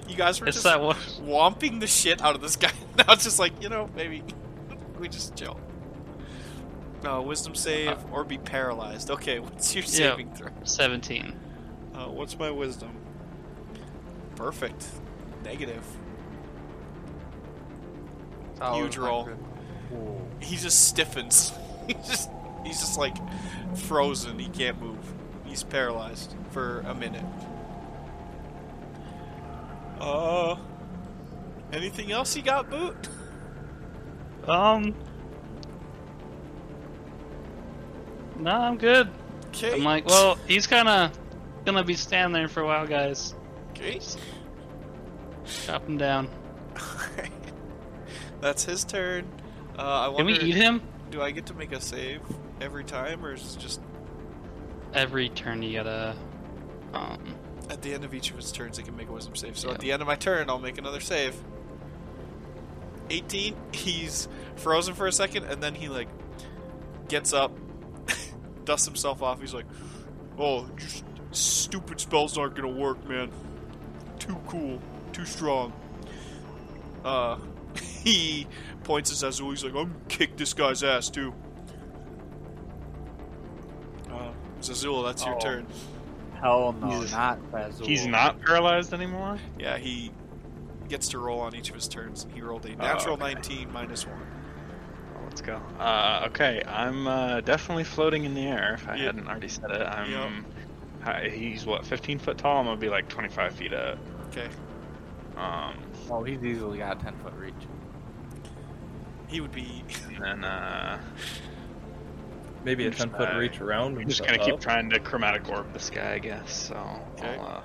You guys were It's just that one. womping the shit out of this guy. now it's just like, you know, maybe we just chill. No, wisdom save or be paralyzed. Okay, what's your Uh, Yeah. saving throw? 17. Uh, what's my wisdom? Perfect. Negative. Oh, Huge not roll. good. He just stiffens. he just he's just like frozen. He can't move. He's paralyzed for a minute. Uh anything else you got, Boot? Um. No, I'm good. Okay. I'm like, well, he's kind of gonna be standing there for a while, guys. Okay. Chop him down. That's his turn. Uh, I Can wonder, we eat him? do I get to make a save every time, or is it just Every turn you gotta. Um. at the end of each of his turns, he can make a wisdom save. So Yeah. at the end of my turn, I'll make another save. 18. He's frozen for a second, and then he like gets up, dusts himself off. He's like, "Oh, your s- stupid spells aren't gonna work, man. Too cool, too strong." Uh, he points at Azul. He's like, "I'm gonna kick this guy's ass too." Uh, Zazul, that's your Oh. turn. Hell no, He's- not Razul. He's not paralyzed anymore? Yeah, he gets to roll on each of his turns. He rolled a natural Oh, okay. 19 minus 1. Well, Oh, Let's go. Uh, okay, I'm uh, definitely floating in the air. If I Yeah. hadn't already said it, I'm. Yep. hi- he's what, 15 foot tall? I'm gonna be like 25 feet up. Okay. Um, Oh, he's easily got ten foot reach. He would be. and then uh, Maybe a Just, ten foot uh, reach around. I'm just to gonna keep up. trying to chromatic orb this guy, I guess. So Okay. I'll, uh,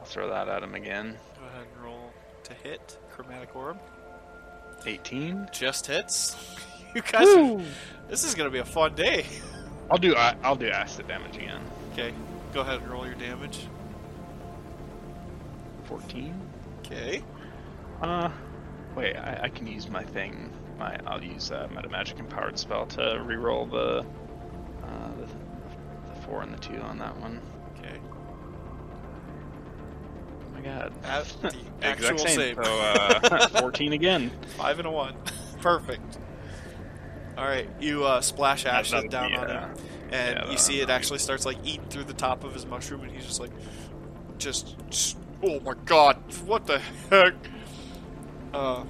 I'll throw that at him again. Go ahead and roll to hit. Chromatic Orb. 18. Just hits. You guys. Are, this is going to be a fun day. I'll do I, I'll do acid damage again. Okay. Go ahead and roll your damage. 14. Okay. Uh, wait, I, I can use my thing. My I'll use uh, meta magic empowered spell to reroll the, uh, the the four and the two on that one. Okay. Oh my god. At the actual Exact same. save. So uh, 14 again. 5 and a 1. Perfect. Alright, you uh, splash acid That'll down be, on him. uh, and Yeah, you that- see it actually starts like eating through the top of his mushroom, and he's just like, just, just- oh my god, what the heck? Uh,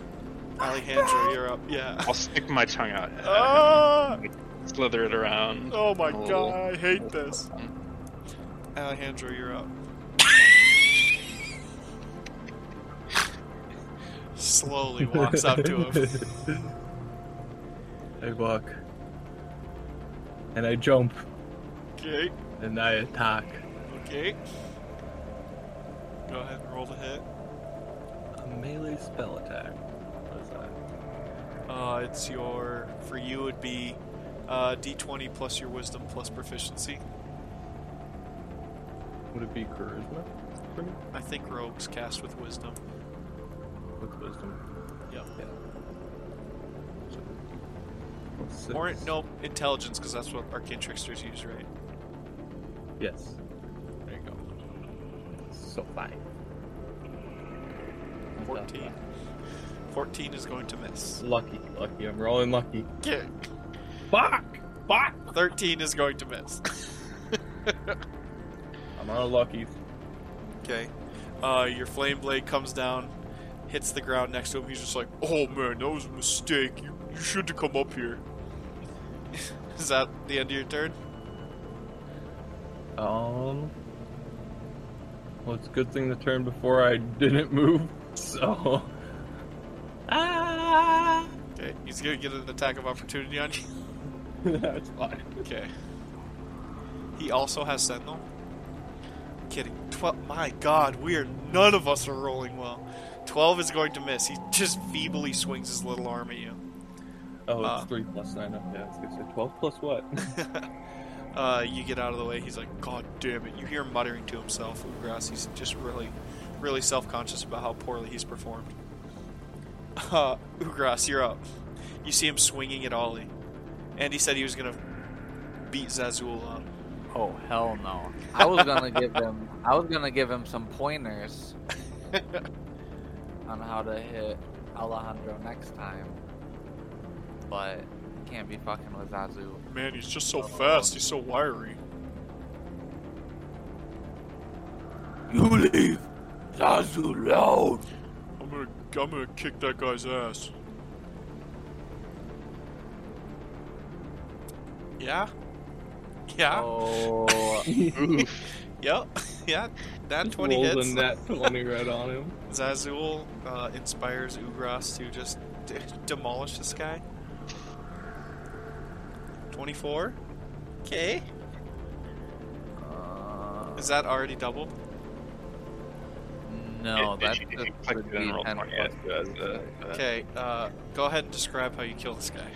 Alejandro, you're up. Yeah. I'll stick my tongue out. and Ah! Slither it around. Oh my Oh. god, I hate this. Alejandro, you're up. Slowly walks up to him. I walk. And I jump. Okay, And I attack. okay. Go ahead and roll the hit. A melee spell attack. What is that? Uh, it's your for you would be uh, D20 plus your wisdom plus proficiency. Would it be charisma? For me? I think rogues cast with wisdom. With wisdom. Yep. Yeah. So, what's Or this? no intelligence because that's what arcane tricksters use, right? Yes. There you go. So fine. 14. 14 is going to miss. Lucky, lucky. I'm rolling lucky. Okay. Fuck! Fuck! 13 is going to miss. I'm on a lucky. Okay. Uh, your flame blade comes down, hits the ground next to him. He's just like, "Oh man, that was a mistake. You you should have come up here." is that the end of your turn? Um. Well, it's a good thing the turn before I didn't move, so. Ah! Okay. He's gonna get an attack of opportunity on you. That's fine. Okay. He also has Sentinel. Kidding. Twelve. My God, we are none of us are rolling well. Twelve is going to miss. He just feebly swings his little arm at you. Oh, it's Uh. 3 plus 9. Okay, I was gonna say 12 plus what? Uh, you get out of the way. He's like, God damn it! You hear him muttering to himself. Ugrass. He's just really, really self-conscious about how poorly he's performed. Uh, Ugrass, you're up. You see him swinging at Ollie, and he said he was gonna beat Zazul up. Oh hell no! I was gonna give him. I was gonna give him some pointers. on how to hit Alejandro next time, but can't be fucking with Zazu. Man, he's just so fast. He's so wiry. You leave Zazu alone. I'm gonna, I'm gonna kick that guy's ass. Yeah. Yeah. Oh, Oof. Yep. yeah. That 20 Rolled hits. a nat 20 right on him. Zazul uh, inspires Ugras to just d- demolish this guy. 24. Okay. uh, Is that already doubled? no, Oh, If- if that's you- if just you click would the be general 10 part, plus yeah, it does, uh, uh, Okay, uh, go ahead and describe how you kill this guy.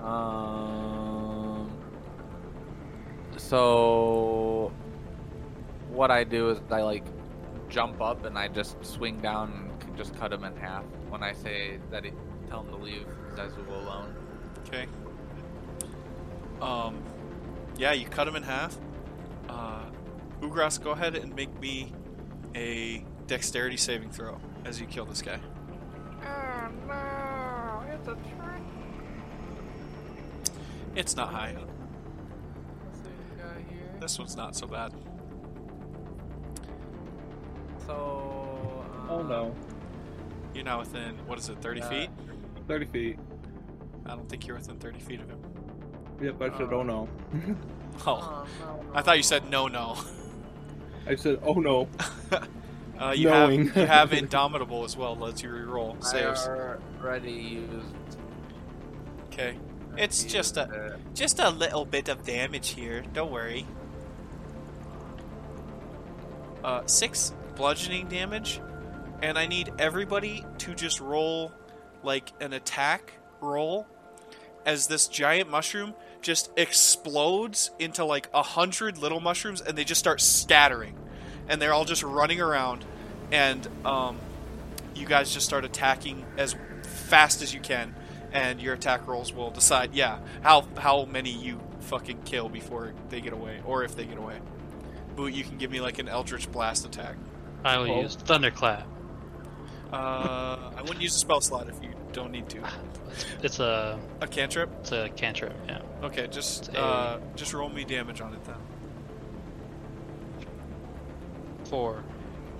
Um. So, what I do is I like jump up and I just swing down and c- just cut him in half. When I say that, it, tell him to leave Zazu alone. Okay. Um, yeah, you cut him in half. Uh, Ugras, go ahead and make me a dexterity saving throw as you kill this guy. Oh no, it's a trick. It's not high up. This one's not so bad. So. um, Oh no. You're now within, what is it, 30 Uh, feet? 30 feet. I don't think you're within 30 feet of him. Yep, I said Uh, oh no. Oh, I thought you said no, no. I said oh no. Uh, you, have, Knowing. you have Indomitable as well, lets you reroll saves. I already used. Okay. It's used just a- it. Just a little bit of damage here. Don't worry. Uh, six bludgeoning damage, and I need everybody to just roll like an attack roll as this giant mushroom just explodes into like a hundred little mushrooms, and they just start scattering, and they're all just running around, and um, you guys just start attacking as fast as you can, and your attack rolls will decide, yeah, how how many you fucking kill before they get away, or if they get away. Boot, you can give me like an Eldritch Blast attack. I will Oh. use Thunderclap. Uh, I wouldn't use a spell slot if you don't need to. It's a A cantrip? it's a cantrip. Yeah. Okay, just It's a- uh, just roll me damage on it then. Four.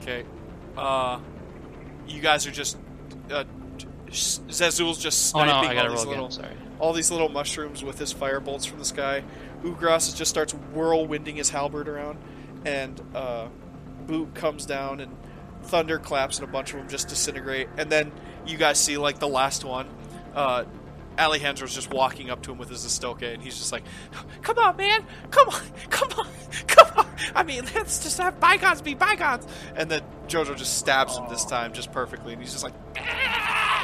Okay. Uh, you guys are just uh, Zazul's just Oh no, sniping I gotta all these roll little again. Sorry. all these little mushrooms with his fire bolts from the sky. Ugras just starts whirlwinding his halberd around, and uh, Boot comes down and thunder claps, and a bunch of them just disintegrate. And then you guys see like the last one. Uh, Alejandro's just walking up to him with his estoque, and he's just like, "Come on, man! Come on! Come on! Come on! I mean, let's just have bygones be bygones." And then Jojo just stabs him this time, just perfectly, and he's just like,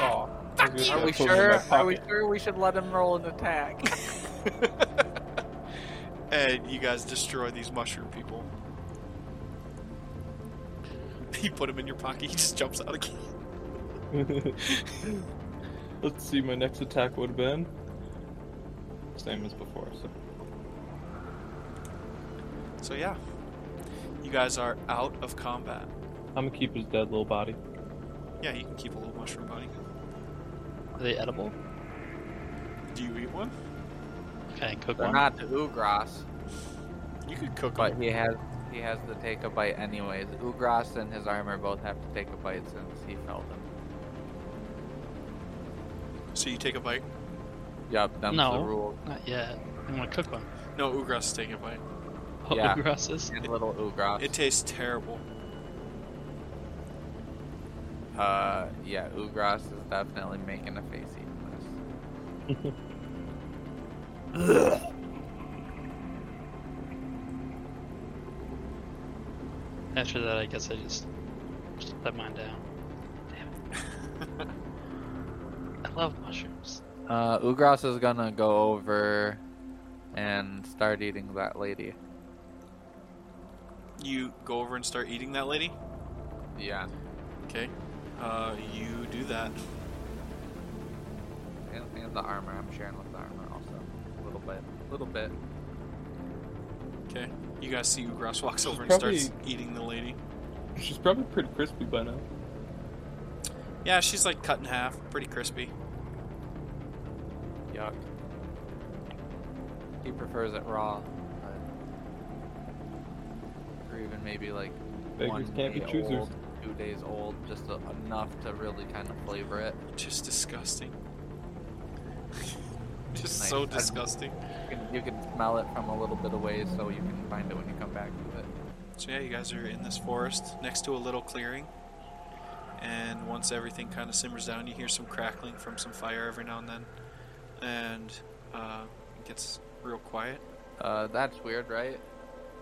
Oh, Fuck you. Are we sure? Are we sure we should let him roll an attack? and you guys destroy these mushroom people. You put him in your pocket. He just jumps out again. Let's see, my next attack would have been. Same as before, so. So yeah, you guys are out of combat. I'm gonna keep his dead little body. Yeah, you can keep a little mushroom bunny. Are they edible? Do you eat one? Can I cook They're one? not to Ugras. You could cook But he has he has to take a bite anyways. Ugras and his armor both have to take a bite since he fell them. So you take a bite. Yup, that's the No. rule. Not yet. I'm gonna cook one. No, Ugras is taking a bite. Oh, Yeah. grasses. And little Ugras. It tastes terrible. uh, yeah, Ugras is definitely making a face eating this. After that, I guess I just just let mine down. Damn it. I love mushrooms. Uh, Ugras is gonna go over and start eating that lady. You go over and start eating that lady. Yeah. Okay. Uh, you do that. And, and the armor. I'm sharing with the armor also. A little bit. A little bit. Okay. You guys see Ugras walks over and Probably- starts eating the lady. She's probably pretty crispy by now. Yeah, she's like cut in half, pretty crispy. Yuck. He prefers it raw. but- Or even maybe like Beggars one can't be day choosers. old, two days old, just a, enough to really kind of flavor it. Just disgusting. Just Nice. so That's- disgusting. You can, you can smell it from a little bit away, so you can find it when you come back to it. So yeah, you guys are in this forest next to a little clearing. And once everything kind of simmers down, you hear some crackling from some fire every now and then, and uh, it gets real quiet. Uh, that's weird, right?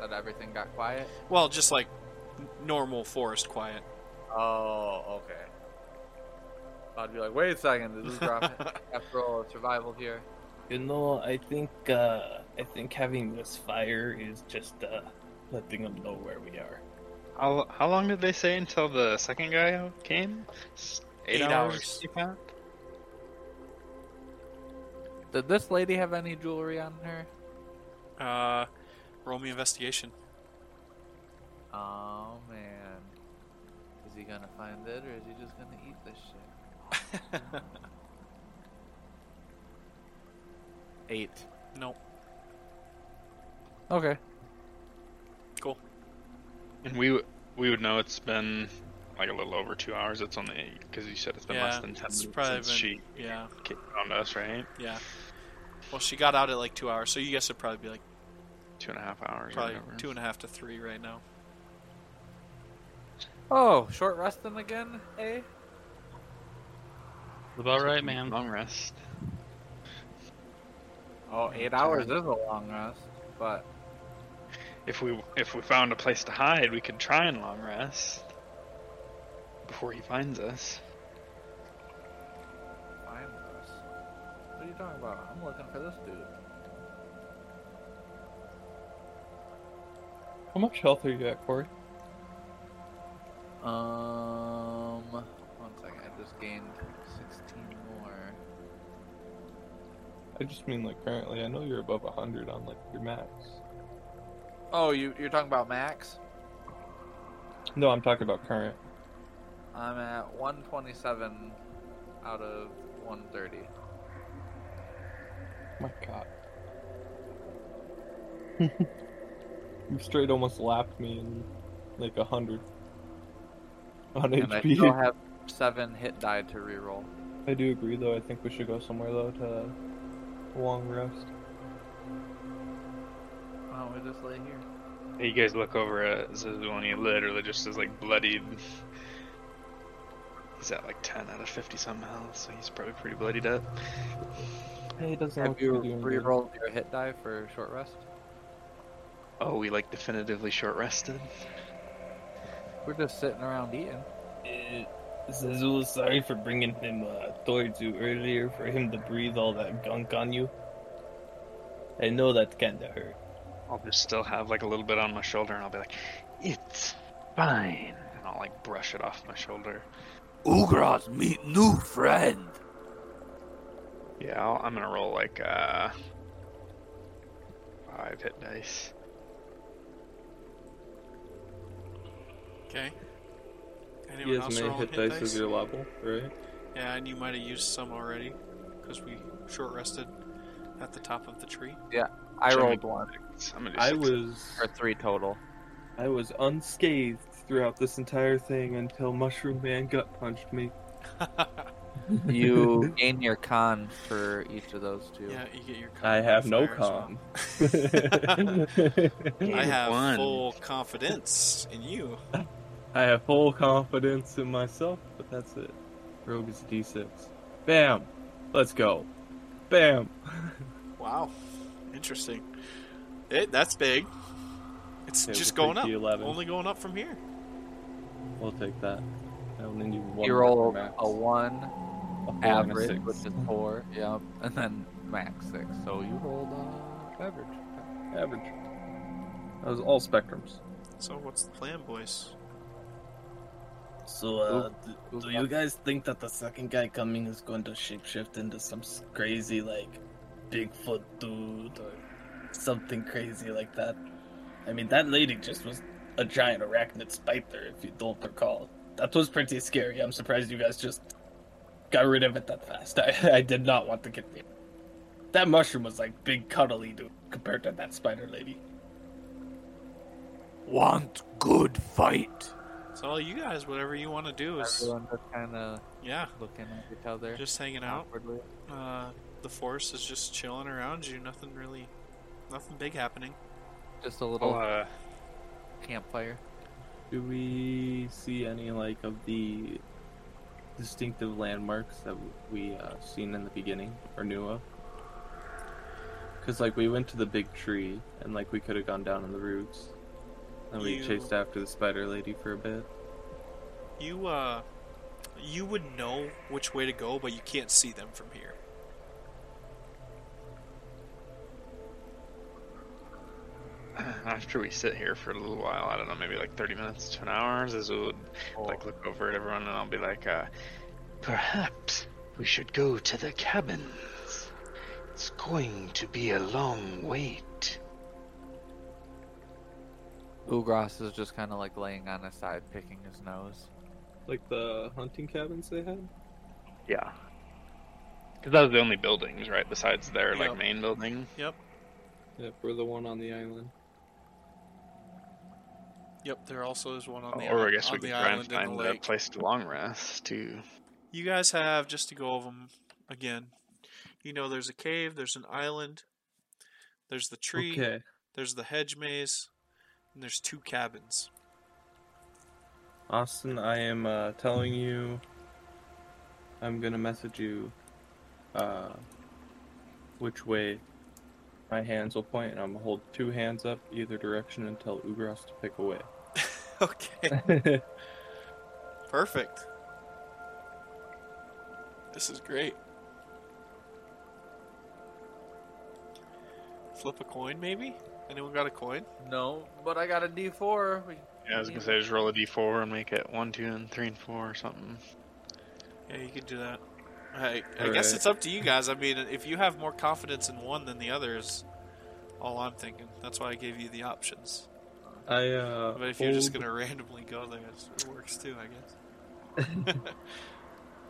That everything got quiet. Well, just like n- normal forest quiet. Oh, okay. I'd be like, wait a second, did this drop after all survival here? You know, I think uh, I think having this fire is just uh, letting them know where we are. How, how long did they say until the second guy came? S- Eight, Eight hours. hours. you found? Did this lady have any jewelry on her? Uh, roll me investigation. Oh man. Is he gonna find it or is he just gonna eat this shit? Eight. nope. Okay. Cool. And we w- we would know it's been like a little over two hours. It's only because you said it's been yeah, less than ten it's minutes probably since been- she Yeah, ca- found us, right? yeah. Well, she got out at like two hours, so you guys would probably be like Two and a half hours. probably or whatever. two and a half to three right now. Oh, short resting again, eh? About right, man. Long rest. Oh, eight hours is a long rest, but If we if we found a place to hide, we could try and long rest before he finds us. find us. What are you talking about? I'm looking for this dude. How much health are you at, Corey? Um, one second. I just gained 16 more. I just mean like currently. I know you're above hundred on like your max. Oh, you you're talking about max? No, I'm talking about current. I'm at 127 out of 130. My God. you straight almost lapped me in like a hundred on And I HP. still have seven hit die to reroll. I do agree, though. I think we should go somewhere though to long rest. Why don't Oh, we just lay here? You guys look over at Zazu and he literally just is like bloodied. He's at like ten out of fifty something health, so he's probably pretty bloodied up. Hey, it doesn't Have you rerolled your hit die for short rest? Oh, we like definitively short rested. We're just sitting around eating. Uh, Zazul, sorry for bringing him uh, towards you earlier, for him to breathe all that gunk on you. I know that kinda hurt. I'll just still have like a little bit on my shoulder, and I'll be like, "It's fine," and I'll like brush it off my shoulder. Ugras meet new friend. Yeah, I'll, I'm gonna roll like uh five hit dice. Okay. He Anyone has else many rolling hit dice as your level, right? Yeah, and you might have used some already because we short rested at the top of the tree. I Sure. rolled one So I'm gonna do I six. was or three total. I was unscathed throughout this entire thing until Mushroom Man gut punched me. You gain your con for each of those two. yeah, you get your. con I have no modifier as well. con. I have One. full confidence in you. I have full confidence in myself, but that's it. Rogue is a D6. Bam! Let's go. Bam! Wow, interesting. It, that's big. It's Okay, just going we'll take up. the 11. Only going up from here. We'll take that. I only need one. You more roll max. a one, A four and a average, six. which is four. Yep, and then max six. So you rolled uh, average. average. That was all spectrums. So what's the plan, boys? So, uh, d- Oop. do you guys think that the second guy coming is going to shapeshift into some s- crazy, like, Bigfoot dude or something crazy like that? I mean, that lady just was a giant arachnid spider, if you don't recall. that was pretty scary. I'm surprised you guys just got rid of it that fast. I, I did not want to get there. That mushroom was like big cuddly dude compared to that spider lady. Want good fight. So all you guys, whatever you want to do is, Everyone just kind of yeah, looking at each other. just hanging out. awkwardly. Uh, the forest is just chilling around you. Nothing really, nothing big happening. Just a little I'll, uh, campfire. Do we see any like of the distinctive landmarks that we uh, seen in the beginning or knew of? Because like we went to the big tree and like we could have gone down in the roots, and we You- chased after the spider lady for a bit. You uh, you would know which way to go, but you can't see them from here. after we sit here for a little while, I don't know, maybe like 30 minutes to an hour, Zazu would like look over at everyone and I'll be like, uh, Perhaps we should go to the cabins. It's going to be a long wait. Ugras is just kind of like laying on his side, picking his nose. Like the hunting cabins they had. yeah. Because that was the only buildings, right? Besides their Yeah. like main building. Yep, Yep, we're the one on the island. yep. There also is one on the or I isl- guess we on the could try and island in the find a lake. place to long rest too. You guys have just to go over them again. You know, there's a cave. There's an island. There's the tree. Okay. There's the hedge maze. And there's two cabins. Austin, I am uh, telling you. I'm gonna message you. Uh, which way my hands will point, and I'm gonna hold two hands up either direction and tell Ugros to pick away. Okay. Perfect. This is great. Flip a coin, maybe? Anyone got a coin? No, but I got a D4. We... Yeah, I was gonna say just roll a d4 and make it one, two, and three, and four or something. Yeah, you could do that. I, I All guess right. it's up to you guys. I mean, if you have more confidence in one than the other, is all I'm thinking. That's why I gave you the options. I uh. But if you're just hold- gonna randomly go there, it's- it works too, I guess.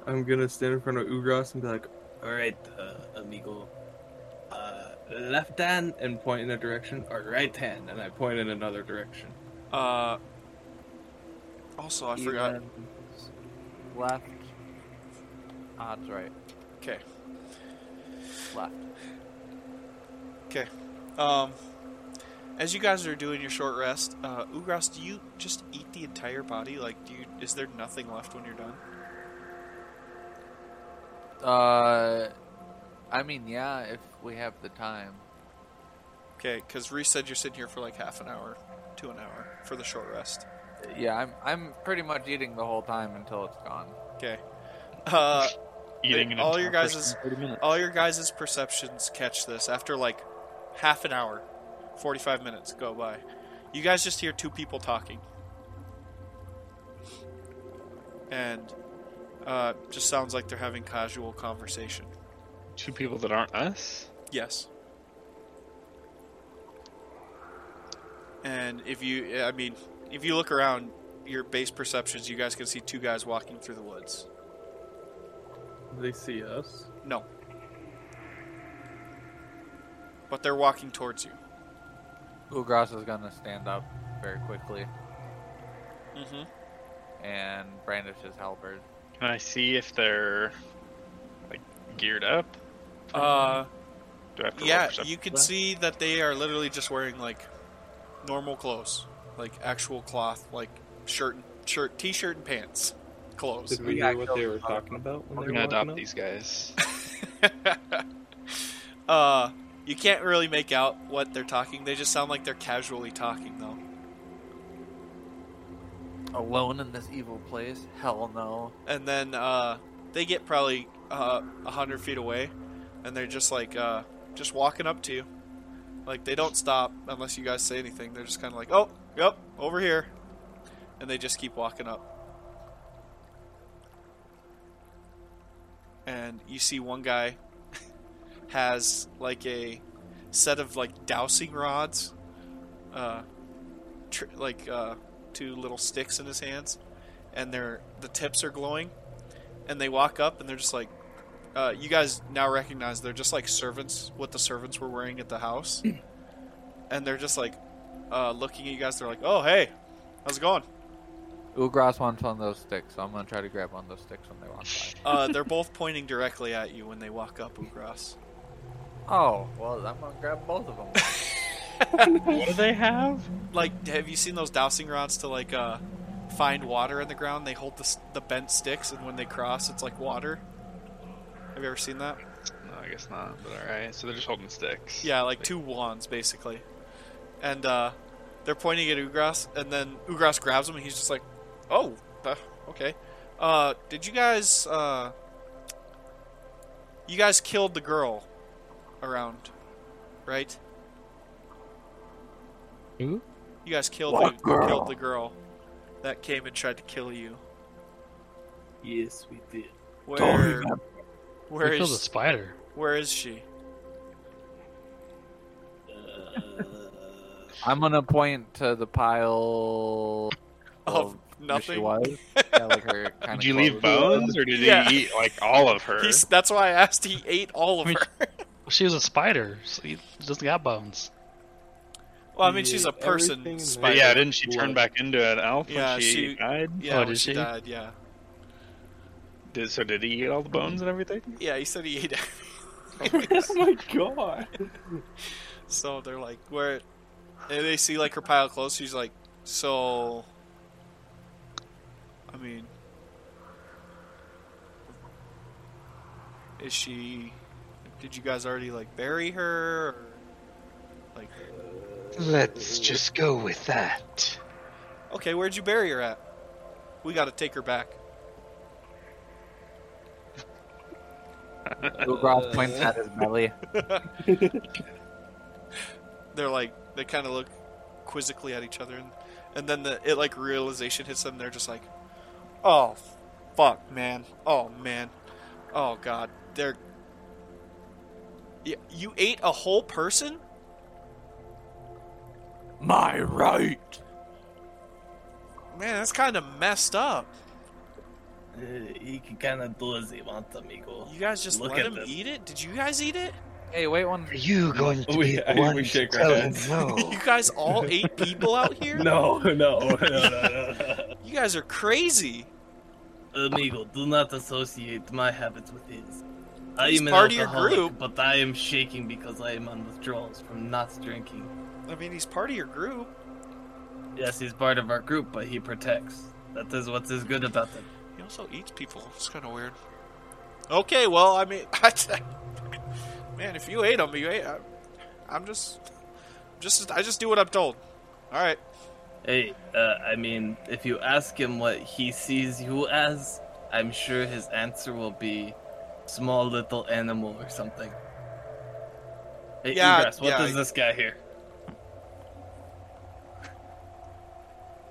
I'm gonna stand in front of Ugros and be like, All right, uh, amigo. uh, left hand and point in a direction, or right hand and I point in another direction. Uh. Also, I forgot. Evens Left. Odds Ah, right. Okay. Left. Um, as you guys are doing your short rest, uh, Ugras, do you just eat the entire body? Like, do you? Is there nothing left when you're done? Uh, I mean, yeah, if we have the time. Okay, because Reese said you're sitting here for like half an hour to an hour for the short rest. Yeah, I'm I'm pretty much eating the whole time until it's gone. Uh, Eating an all entire your person guys' in 30 minutes. all your guys' perceptions catch this after like half an hour, forty-five minutes go by. You guys just hear two people talking, and uh, just sounds like they're having casual conversation. Two people that aren't us. Yes. And if you, I mean, if you look around, your base perceptions, you guys can see two guys walking through the woods. They see us. No. But they're walking towards you. Ugras is gonna stand up very quickly Mm-hmm. and brandish his halberd. Can I see if they're like geared up? Uh, Do I have to roll yeah, perception you for can that? see that they are literally just wearing like normal clothes, like actual cloth, like shirt, shirt, t-shirt and pants, clothes. Did we Yeah, hear what they were talking about We're when they gonna adopt were walking up? these guys. uh, you can't really make out what they're talking. They just sound like they're casually talking, though. Alone in this evil place? Hell no. And then uh, they get probably uh, a hundred feet away, and they're just like uh, just walking up to you. Like they don't stop unless you guys say anything. They're just kind of like, "Oh, yep, over here," and they just keep walking up. And you see one guy has like a set of like dowsing rods, uh, tr- like uh, two little sticks in his hands, and their the tips are glowing, and they walk up and they're just like, uh, you guys now recognize they're just like servants, what the servants were wearing at the house, and they're just like uh, looking at you guys. They're like, oh hey, how's it going? Ugras wants one of those sticks, so I'm gonna try to grab one of those sticks when they walk by. Uh, they're both pointing directly at you when they walk up, Ugras. Oh, well, I'm gonna grab both of them. What do they have? Like, have you seen those dowsing rods to like uh, find water in the ground? They hold the, s- the bent sticks, and when they cross, it's like water. Have you ever seen that? No, I guess not, but alright. So they're just holding sticks. Yeah, like two wands basically, and uh, they're pointing at Ugras, and then Ugras grabs him, and he's just like, "Oh, uh, okay. Uh, did you guys? Uh, you guys killed the girl around, right? Who? You guys killed What the, girl? killed the girl that came and tried to kill you. Yes, we did. Where? Where we killed a is? spider. Where is she? Uh, I'm gonna point to the pile Of Oh, where She nothing. was. Yeah, like her kind Did you leave bones, or did Yeah. he eat like all of her? He's, that's why I asked. He ate all of I mean, her. She was a spider, so you just got bones. Well, I mean, she's a Everything in person there. But spider. yeah, didn't she turn Blood. back into an elf Yeah, when she, she- died? Yeah, Oh, when did she she? died. Yeah, Did, so did he eat all the bones and everything? yeah. He said he ate. it. oh my god. so they're like, where? And they see like her pile of clothes. She's like, so. I mean, is she? Did you guys already like bury her? Or, like, Let's just go with that. okay, where'd you bury her at? We got to take her back. Ugras points at his belly. they're like they kind of look quizzically at each other and, and then the it like realization hits them they're just like oh fuck man oh man oh god they're Y- you ate a whole person My right. man that's kind of messed up Uh, he can kind of do as he wants, amigo. you guys just Look let at him this. eat it did you guys eat it Hey, wait one. Are you going to We- be the Oh, I- we one to shake our tell him heads. no? you guys all ate people out here No, no, no, no, no, you guys are crazy no. Amigo, do not associate my habits with his. I He's am an part of your alcoholic, group. but I am shaking because I am on withdrawals from not drinking. i mean he's part of your group Yes, he's part of our group, but he protects. That is what is good about him. He also eats people. It's kind of weird. Okay, well, I mean, I t- man, if you ate them, you ate. I, I'm just, just, I just do what I'm told. All right. Hey, uh, I mean, if you ask him what he sees you as, I'm sure his answer will be small little animal or something. Hey, Yeah, Egress, what yeah, does I- this guy here?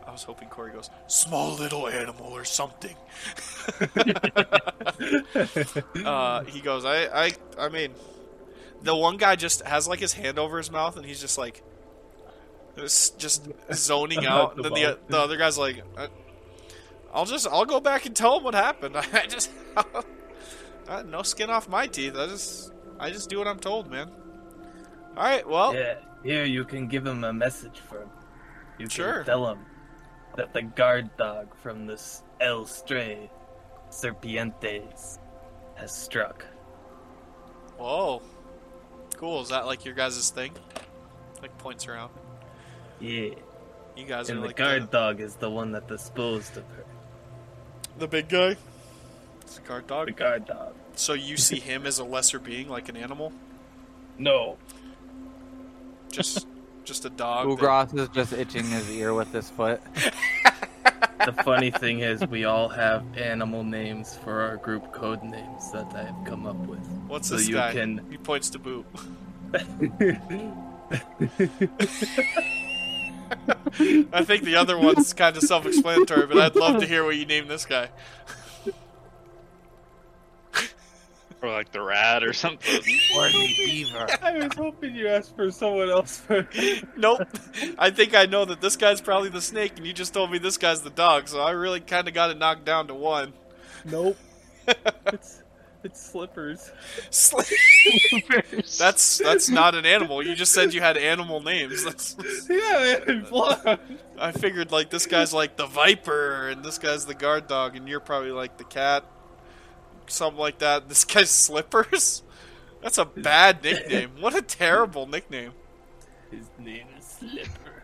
I was hoping Corey goes small little animal or something. uh, he goes, I, I, I mean, the one guy just has like his hand over his mouth and he's just like, s- just zoning out. And then the, the other guy's like, "I- I'll just, I'll go back and tell him what happened. I just, I- no skin off my teeth. I just, I just do what I'm told, man. All right, well, Yeah, here you can give him a message for him. You can Sure. tell him that the guard dog from this El Stray Serpientes has struck. whoa, cool. Is that like your guys' thing? Like points around. Yeah, You guys and are the like guard dog is the one that disposed of her. The big guy? It's a guard The dog. guard dog. So you see him as a lesser being, like an animal? No, Just just a dog. that- Ugras is just itching his ear with his foot. the funny thing is, we all have animal names for our group code names that I have come up with. what's so this you guy? can- He points to Boot. I think the other one's kind of self explanatory, but I'd love to hear what you name this guy. or like the rat or something. Or the beaver. I was hoping you asked for someone else for. Nope. I think I know that this guy's probably the snake, and you just told me this guy's the dog, so I really kind of got it knocked down to one. Nope. it's it's slippers. Sli- that's that's not an animal. You just said you had animal names. That's, Yeah, man. blonde. I figured like this guy's like the viper, and this guy's the guard dog, and you're probably like the cat, something like that. This guy's slippers. That's a bad nickname. What a terrible nickname. His name is Slipper.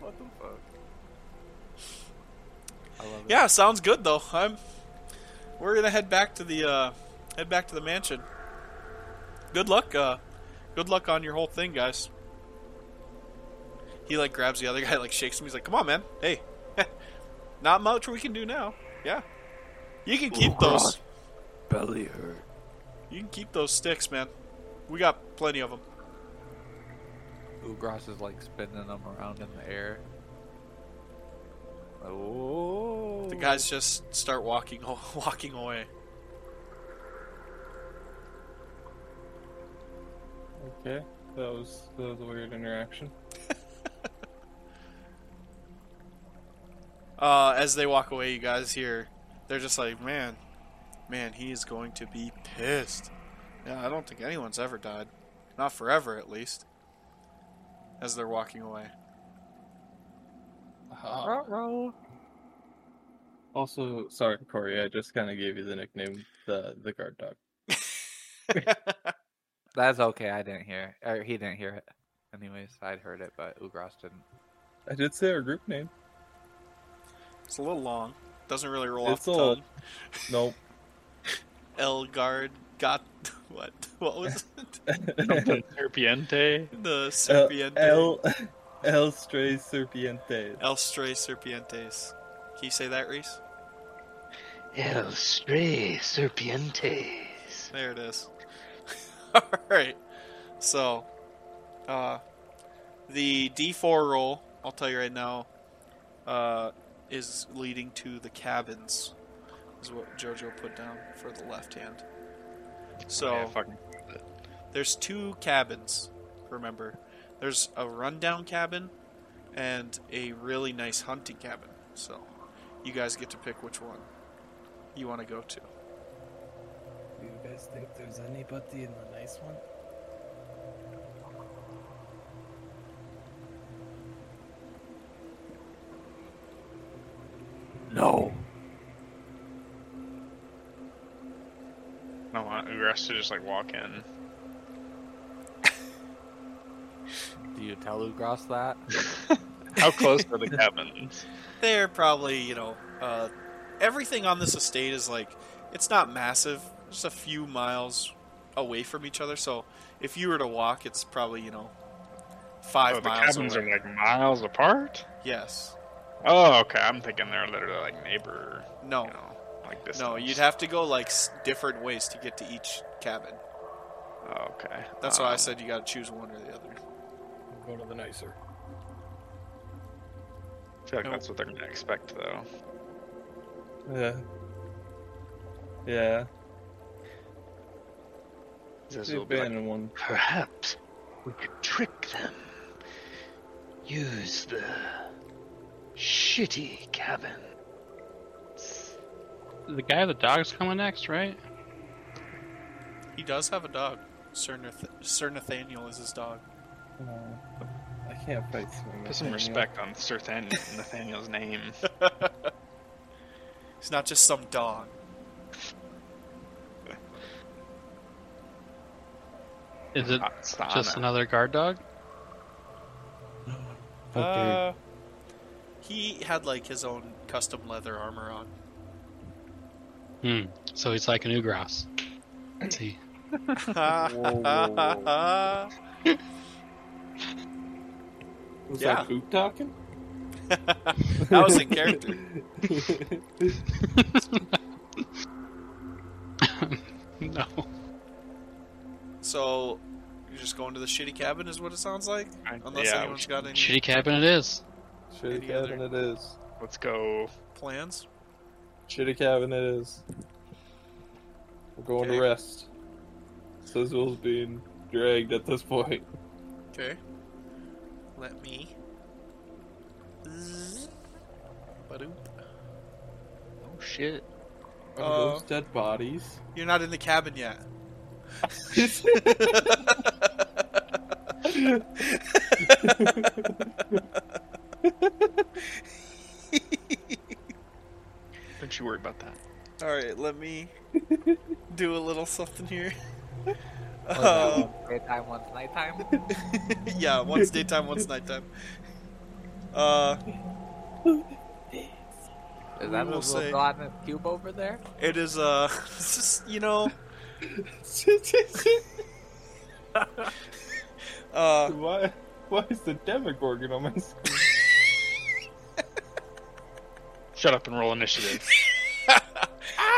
What the fuck? I love it. Yeah, sounds good though. I'm. We're gonna head back to the uh, head back to the mansion. Good luck. Uh, good luck on your whole thing, guys. He like grabs the other guy, like shakes him. He's like, "Come on, man. Hey, not much we can do now. Yeah, you can keep those. Belly hurt. You can keep those sticks, man. We got plenty of them. Ugras is like spinning them around in the air. Oh. The guys just start walking, walking away. Okay, that was that was a weird interaction. Uh, as they walk away, you guys hear they're just like, man, man, he is going to be pissed. Yeah, I don't think anyone's ever died, not forever at least. As they're walking away, Uh, also, sorry, Corey. I just kind of gave you the nickname the the guard dog. That's okay. I didn't hear. Or he didn't hear it. Anyways, I'd heard it, but Ugras didn't. I did say our group name. it's a little long, doesn't really roll It's off the old. tongue. Nope. Elgard got what? What was it? El Serpiente. the serpiente? El El Stray Serpiente. Elstray serpientes. Can you say that, Reese? El Stray Serpientes. There it is. All right. So, uh, the D4 roll, I'll tell you right now, uh, is leading to the cabins, is what JoJo put down for the left hand. So, Yeah, fucking- there's two cabins, remember. There's a rundown cabin and a really nice hunting cabin. So, you guys get to pick which one you want to go to. Do you guys think there's anybody in the nice one? No. I want Ugras to just like walk in. Do you tell Ugras that? How close are the cabins? they're probably you know uh, everything on this estate is like it's not massive just a few miles away from each other so if you were to walk it's probably you know five Oh, the miles cabins away. are like miles apart. yes Oh, okay. I'm thinking they're literally like neighbor. no You know, like this. Oh. no you'd have to go like s- different ways to get to each cabin Oh, okay. that's why i Um, said you gotta choose one or the other Go to the nicer. I feel like No. that's what they're gonna expect though. Yeah. Yeah. Zizou We've will be been like, in one. Perhaps we could trick them. Use the shitty cabin. The guy with the dog's coming next, right? he does have a dog sir, Nath- sir nathaniel is his dog Uh, I can't fight Swing. Put some respect on Sir Than- Nathaniel's name. he's not just some dog Is it Not Sana. just another guard dog? uh, he had like his own custom leather armor on Hmm. So he's like an Ugras. See. yeah, Was Yeah. that poop talking? that was in character. no. So you're just going to the shitty cabin, is what it sounds like. I- Unless yeah, anyone's got any Shitty cabin it is. Shitty Any other- cabin it is. let's go. plans. Shitty cabin it is. We're going Okay. to rest. Sizzle's being dragged at this point. Okay. Let me. Zzz. Badoop. Oh shit. Are Uh, those dead bodies? You're not in the cabin yet. Don't you worry about that. All right, let me do a little something here. Um, One's Daytime, one's nighttime. yeah, once daytime, once nighttime. Uh, Is that will what say- was on the cube over there? it is uh, it's just you know, uh, why? Why is the Demogorgon on my screen? Shut up and roll initiative.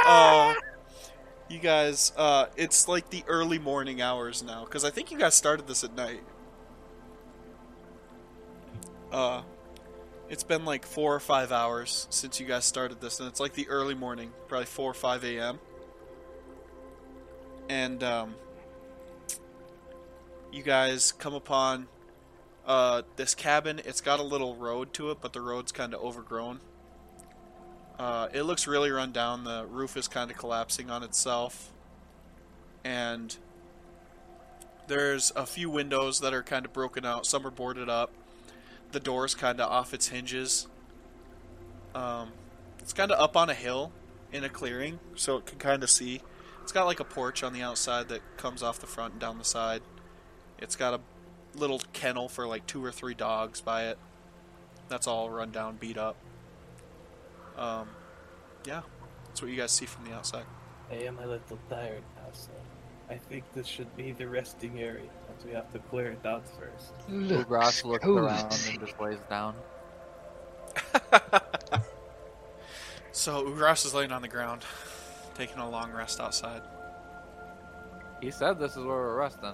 uh, you guys, uh, it's like the early morning hours now because I think you guys started this at night. Uh, it's been like four or five hours since you guys started this, and it's like the early morning, probably four or five a.m. And um, you guys come upon uh, this cabin. It's got a little road to it, but the road's kind of overgrown. Uh, it looks really run down. The roof is kind of collapsing on itself. And there's a few windows that are kind of broken out. Some are boarded up. The door's kind of off its hinges. Um, it's kind of up on a hill in a clearing, so it can kind of see. It's got like a porch on the outside that comes off the front and down the side. It's got a little kennel for like two or three dogs by it. That's all run down, beat up. Um, yeah, that's what you guys see from the outside. I am a little tired now, so I think this should be the resting area. Since we have to clear it out first. Ross Looks looks around cozy. and just lays down. So Ugras is laying on the ground, taking a long rest outside. He said this is where we're resting.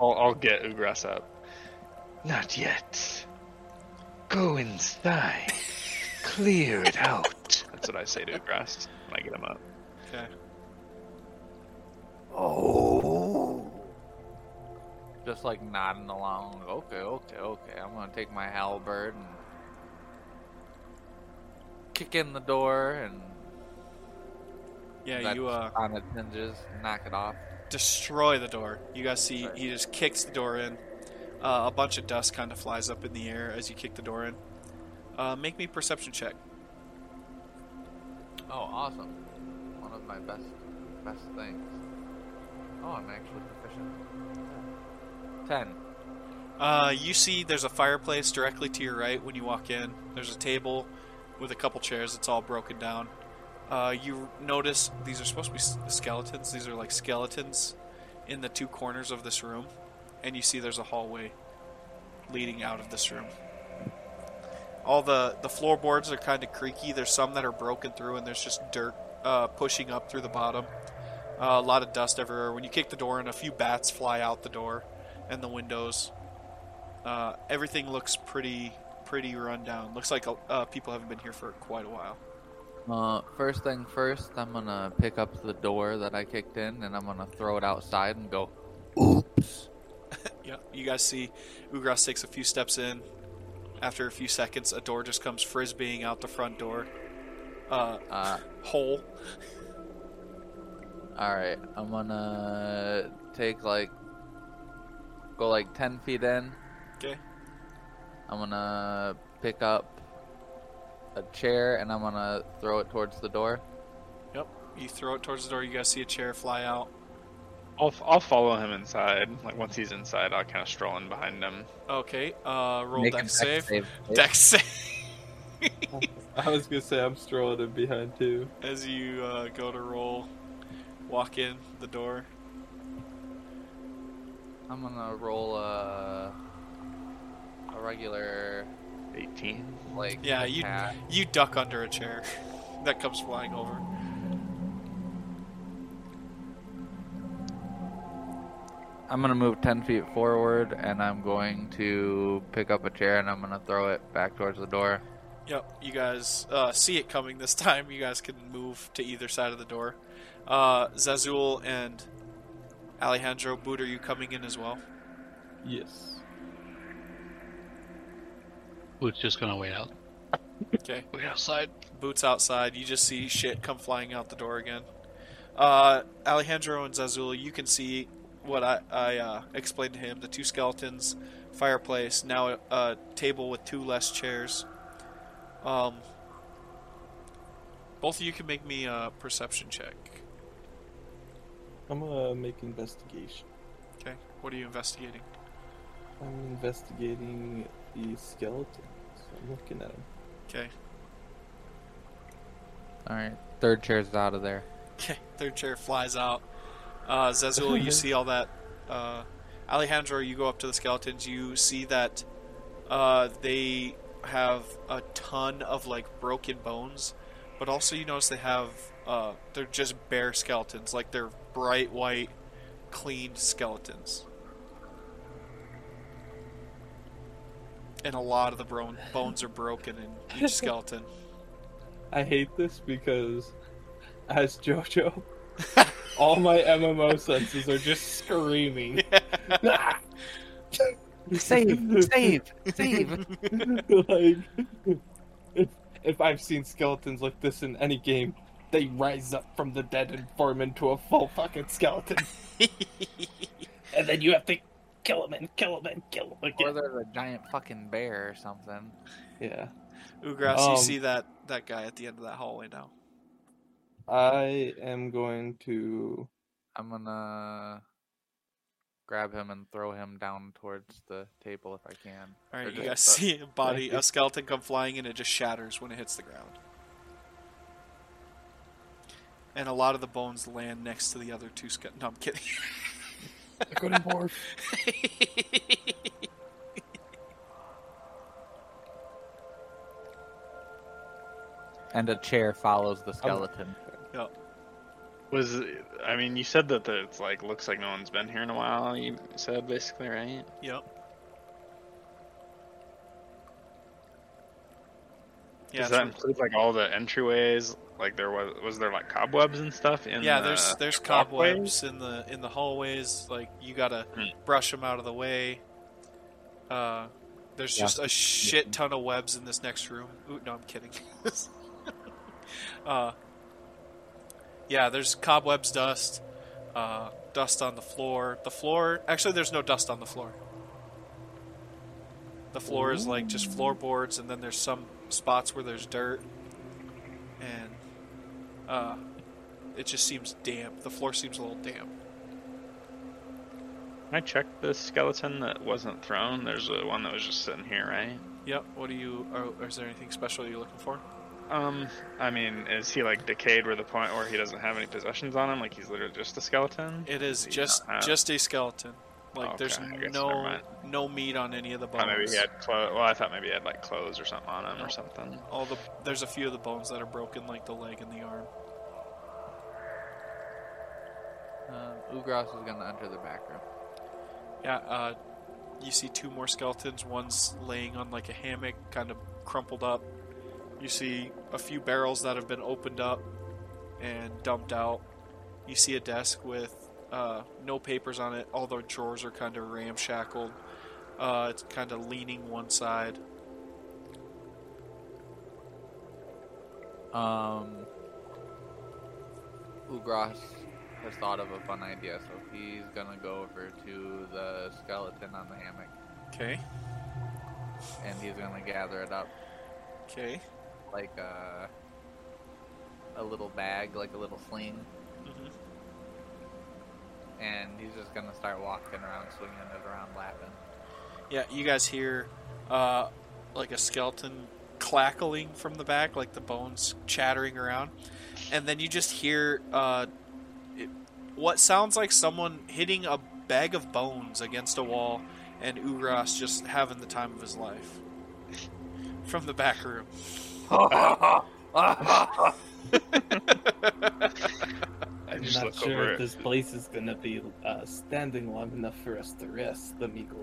I'll, I'll get Ugras up. Not yet. Go inside. Clear it out. That's what I say to Ugras when I get him up. Okay. Oh. Just like nodding along. Okay, okay, okay. I'm gonna take my halberd and kick in the door and Yeah, that's you uh, on its hinges, knock it off. destroy the door. You guys see Right. he just kicks the door in. Uh, a bunch of dust kind of flies up in the air as you kick the door in. Uh, make me a perception check. Oh, awesome! One of my best, best things. Oh, I'm actually proficient. Ten. Uh, you see there's a fireplace directly to your right when you walk in. There's a table with a couple chairs. It's all broken down. Uh, you notice these are supposed to be s- skeletons. These are like skeletons in the two corners of this room. And you see there's a hallway leading out of this room. All the, the floorboards are kind of creaky. There's some that are broken through, and there's just dirt uh, pushing up through the bottom. Uh, a lot of dust everywhere. When you kick the door in, a few bats fly out the door and the windows. Uh, everything looks pretty pretty run down. Looks like uh, people haven't been here for quite a while. Uh, first thing first, I'm gonna pick up the door that I kicked in and I'm gonna throw it outside and go. Oops. Yeah, you guys see Ugras takes a few steps in. After a few seconds, a door just comes frisbeeing out the front door. Uh, Uh, hole. All right, I'm gonna take like go like ten feet in. 'Kay. I'm gonna pick up a chair and I'm gonna throw it towards the door. You throw it towards the door. You guys see a chair fly out. I'll, I'll follow him inside. Like once he's inside, I'll kind of stroll in behind him. Okay. Uh, roll Make a deck save. save. Deck save. I was gonna say I'm strolling in behind too. As you uh, go to roll, walk in the door. I'm gonna roll a a regular 18. like Yeah, you- attack. You duck under a chair that comes flying over. I'm gonna move ten feet forward and I'm going to pick up a chair and I'm gonna throw it back towards the door. Yep, you guys uh, see it coming this time. You guys can move to either side of the door. Uh, Zazul and Alejandro Boot, are you coming in as well? Yes. Boot's just gonna wait out. Okay. Wait outside. Boots outside. You just see shit come flying out the door again. Uh, Alejandro and Zazul, you can see what I, I uh, explained to him the two skeletons, fireplace, now a, a table with two less chairs. Um, both of you can make me a perception check. I'm gonna make investigation. Okay. What are you investigating? I'm investigating the skeleton. So I'm looking at him. Okay. All right, third chair's out of there. Okay, third chair flies out. Uh, Zezul, you see all that. Uh, Alejandro, you go up to the skeletons. You see that uh, they have a ton of like broken bones, but also you notice they have uh, they're just bare skeletons, like they're bright white, clean skeletons. And a lot of the bro- bones are broken in each skeleton. I hate this because, as JoJo, all my MMO senses are just screaming. Save, save, save. like, if, if I've seen skeletons like this in any game, they rise up from the dead and form into a full fucking skeleton. and then you have to kill him and Oh, kill him and kill him Or again. there's a giant fucking bear or something. Yeah. Ugras, you Um, see that that guy at the end of that hallway now. I am going to. I'm gonna grab him and throw him down towards the table if I can. All Or right, you just guys the- see a body, Thank a skeleton come flying in, it just shatters when it hits the ground. And a lot of the bones land next to the other two ske- No, I'm kidding. I couldn't barf. And a chair follows the skeleton. Was I mean you said that the, it's like looks like no one's been here in a while. You said basically right. yep. Yeah, Does it's that re- include like all the entryways? Like there was was there like cobwebs and stuff in yeah. the There's there's walkways? cobwebs in the in the hallways. Like you gotta brush 'em Hmm. brush them out of the way. Uh, there's Yeah. just a shit ton of webs in this next room. Ooh, no, I'm kidding. uh, yeah, there's cobwebs, dust, uh, dust on the floor. The floor, actually, there's no dust on the floor. The floor is like just floorboards, and then there's some spots where there's dirt, and uh, it just seems damp. The floor seems a little damp. Can I check the skeleton that wasn't thrown? There's a one that was just sitting here, right? Yep. What do you? Are, is there anything special you're looking for? Um, I mean, is he like decayed where the point where he doesn't have any possessions on him? Like he's literally just a skeleton? It is Yeah, just uh, just a skeleton. Like okay, there's I guess never no mind. no meat on any of the bones. Oh, maybe he had clothes. Well, I thought maybe he had like clothes or something on him or something. All the there's a few of the bones that are broken, like the leg and the arm. Uh, Ugras is gonna enter the back room. Yeah. Uh, you see two more skeletons. One's laying on like a hammock, kind of crumpled up. You see a few barrels that have been opened up and dumped out. You see a desk with uh, no papers on it. All the drawers are kind of ramshackled. Uh, it's kind of leaning one side. Um, Ugras has thought of a fun idea, so he's gonna go over to the skeleton on the hammock Okay. and he's gonna gather it up Okay. like a a little bag, like a little sling, hmm and he's just gonna start walking around, swinging it around, laughing. Yeah, you guys hear uh, like a skeleton clackling from the back, like the bones chattering around, and then you just hear uh, it, what sounds like someone hitting a bag of bones against a wall, and Ugras just having the time of his life from the back room. I I'm just not look sure over it. if this place is gonna be uh, standing long enough for us to rest, amigo.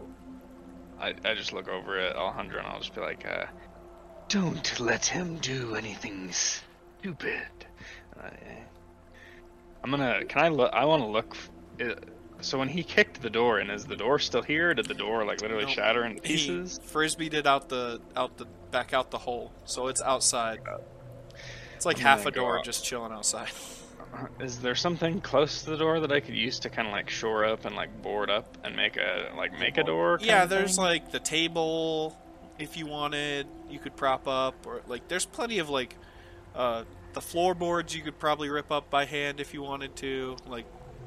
I, I just look over at Alejandro and I'll just be like, uh, Don't let him do anything stupid. I, I'm gonna. Can I look? I want to look. f- uh, So when he kicked the door in, is the door still here? Did the door like literally No. shatter into He pieces? frisbeed it out the out the back out the hole, so it's outside. It's like half a gonna go door out. just chilling outside. Uh, Is there something close to the door that I could use to kind of like shore up and like board up and make a like make a door? kind yeah, of there's thing? like the table. If you wanted, you could prop up, or like there's plenty of like uh, the floorboards you could probably rip up by hand if you wanted to. Like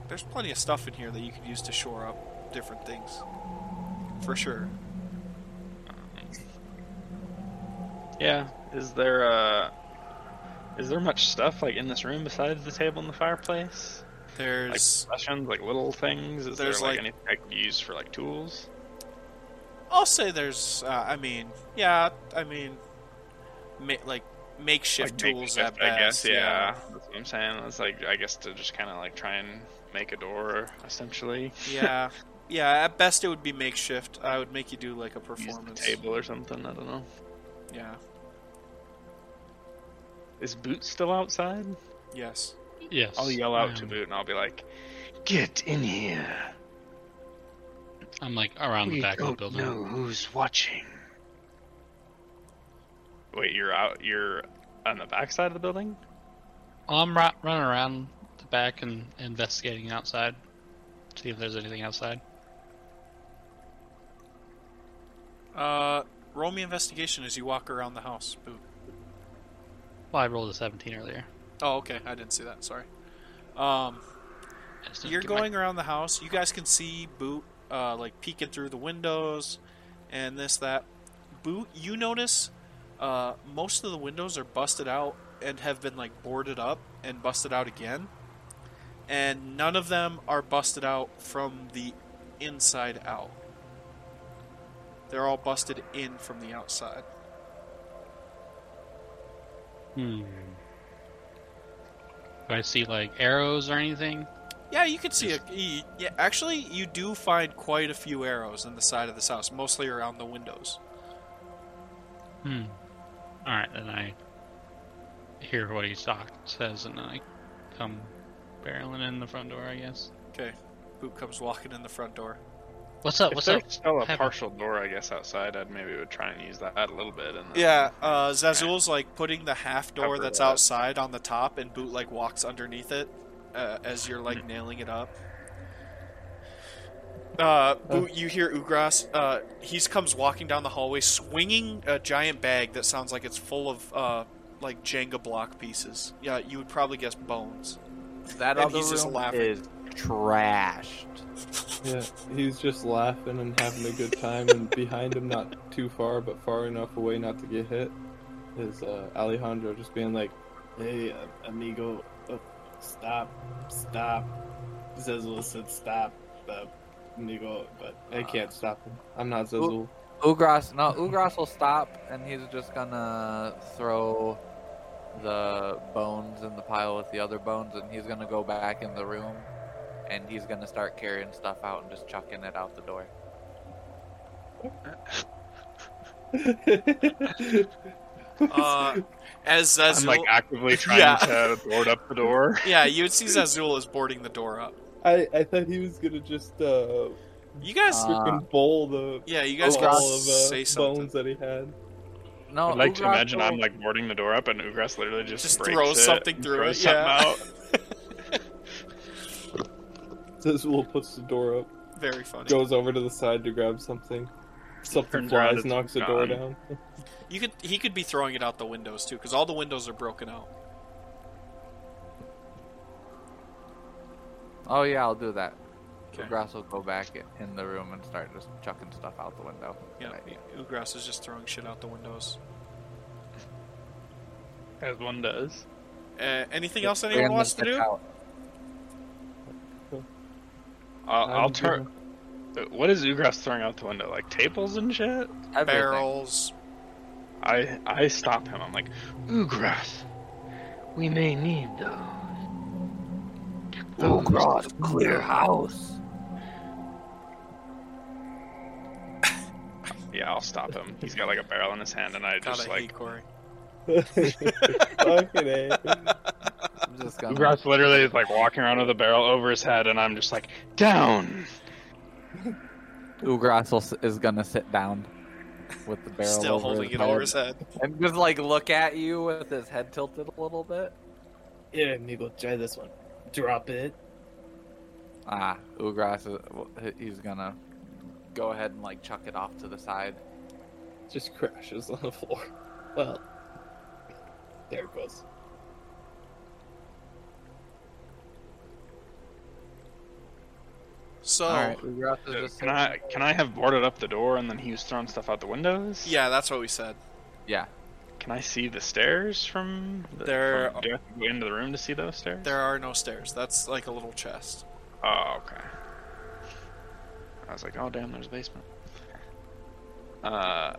there's plenty of stuff in here that you could use to shore up different things, for sure. yeah. Is there uh is there much stuff like in this room besides the table and the fireplace? Like There's possessions, like little things. Is there There's, like, like- anything I could use for like tools? I'll say there's. Uh, I mean, yeah. I mean, ma- like makeshift Like tools makeshift, at best. I guess. Yeah. that's what I'm saying. It's like I guess to just kind of like try and make a door essentially. Yeah. yeah. At best, it would be makeshift. I would make you do like a Use the performance. table or something. I don't know. Yeah. Is Boot still outside? Yes. Yes. Um, I'll yell out to I'm- Boot and I'll be like, Get in here. I'm like around the we back of don't the building. know who's watching. "Wait, you're out. You're on the back side of the building." Well, I'm ru- running around the back and investigating outside, see if there's anything outside. Uh, roll me investigation as you walk around the house. Boot. Well, I rolled a 17 earlier. Oh, okay. I didn't see that. Sorry. Um, I just didn't you're get my- going around the house. You guys can see Boot, uh, like peeking through the windows, and this that. Boot, you notice, uh, most of the windows are busted out and have been like boarded up and busted out again, and none of them are busted out from the inside out. They're all busted in from the outside. Hmm. Do I see like arrows or anything? Yeah, you could see a. y- Yeah, actually, you do find quite a few arrows in the side of this house, mostly around the windows. Hmm. All right, then I hear what he talk, says, and I come barreling in the front door. I guess. Okay, Boot comes walking in the front door. What's up? Uh, What's if up? there's still a Haven't- partial door, I guess outside, I'd maybe would try and use that a little bit. And then- Yeah, uh, Zazul's like putting the half door Cover that's that. outside on the top, and Boot like walks underneath it uh, as you're like nailing it up. Uh, Boot, you hear Ugras. Uh, he comes walking down the hallway, swinging a giant bag that sounds like it's full of uh, like Jenga block pieces. Yeah, you would probably guess bones. That And other he's room just laughing. is trashed. Yeah, he's just laughing and having a good time, and behind him, not too far, but far enough away not to get hit, is uh, Alejandro just being like, "Hey, uh, amigo, uh, stop, stop." Zezel said, "Stop, uh, amigo," but Ah. I can't stop him. I'm not Zezel. Ugras, no, Ugras will stop, and he's just gonna throw the bones in the pile with the other bones, and he's gonna go back in the room, and he's gonna start carrying stuff out and just chucking it out the door. Uh, as Zazul, I'm like actively trying Yeah. to board up the door. yeah, you would see Zazul is boarding the door up. I I thought he was gonna just uh, You guys, Uh, oh freaking bowl the yeah, you guys bowl can of say uh, something. bones that he had. No, Oh, I'd like to Ugras imagine will- I'm like boarding the door up, and Ugras literally just, Just breaks throws it something and through throws it, something yeah. out. Zezel puts the door up, Very funny. goes over to the side to grab something. Something Turns around, flies, it's knocks the door gone. down. You could he could be throwing it out the windows too, because all the windows are broken out. Oh yeah, I'll do that. Okay. Ugras will go back i- in the room and start just chucking stuff out the window. Yeah, Right. Ugras is just throwing shit out the windows. As one does. Uh, anything else Clearing anyone the wants to stuff do? out. I'll, I'll I'm turn. Um, What is Ugras throwing out the window? Like tables and shit. Everything. Barrels. I I stop him. I'm like, Ugras. We may need those. Oh, Those God, clear house. yeah, I'll stop him. He's got like a barrel in his hand, and I Kinda just like hate Corey. Fucking A. I'm just gonna. Bluegrass literally is like walking around with a barrel over his head, and I'm just like down. Ugras will, s- is gonna sit down with the barrel Still over holding it his over head his head. and just like look at you with his head tilted a little bit. Here, amigo, try this one. Drop it. Ah, Ugras, is, well, he- he's gonna go ahead and like chuck it off to the side. Just crashes on the floor. Well, there it goes. So All right, Ugras is just Uh, Can I can I have boarded up the door, and then he was throwing stuff out the windows? yeah, that's what we said. yeah. Can I see the stairs from? The, There- from- do I have to go into the room to see those stairs? There are no stairs. That's like a little chest. Oh, okay. I was like, oh damn, there's a basement. Uh,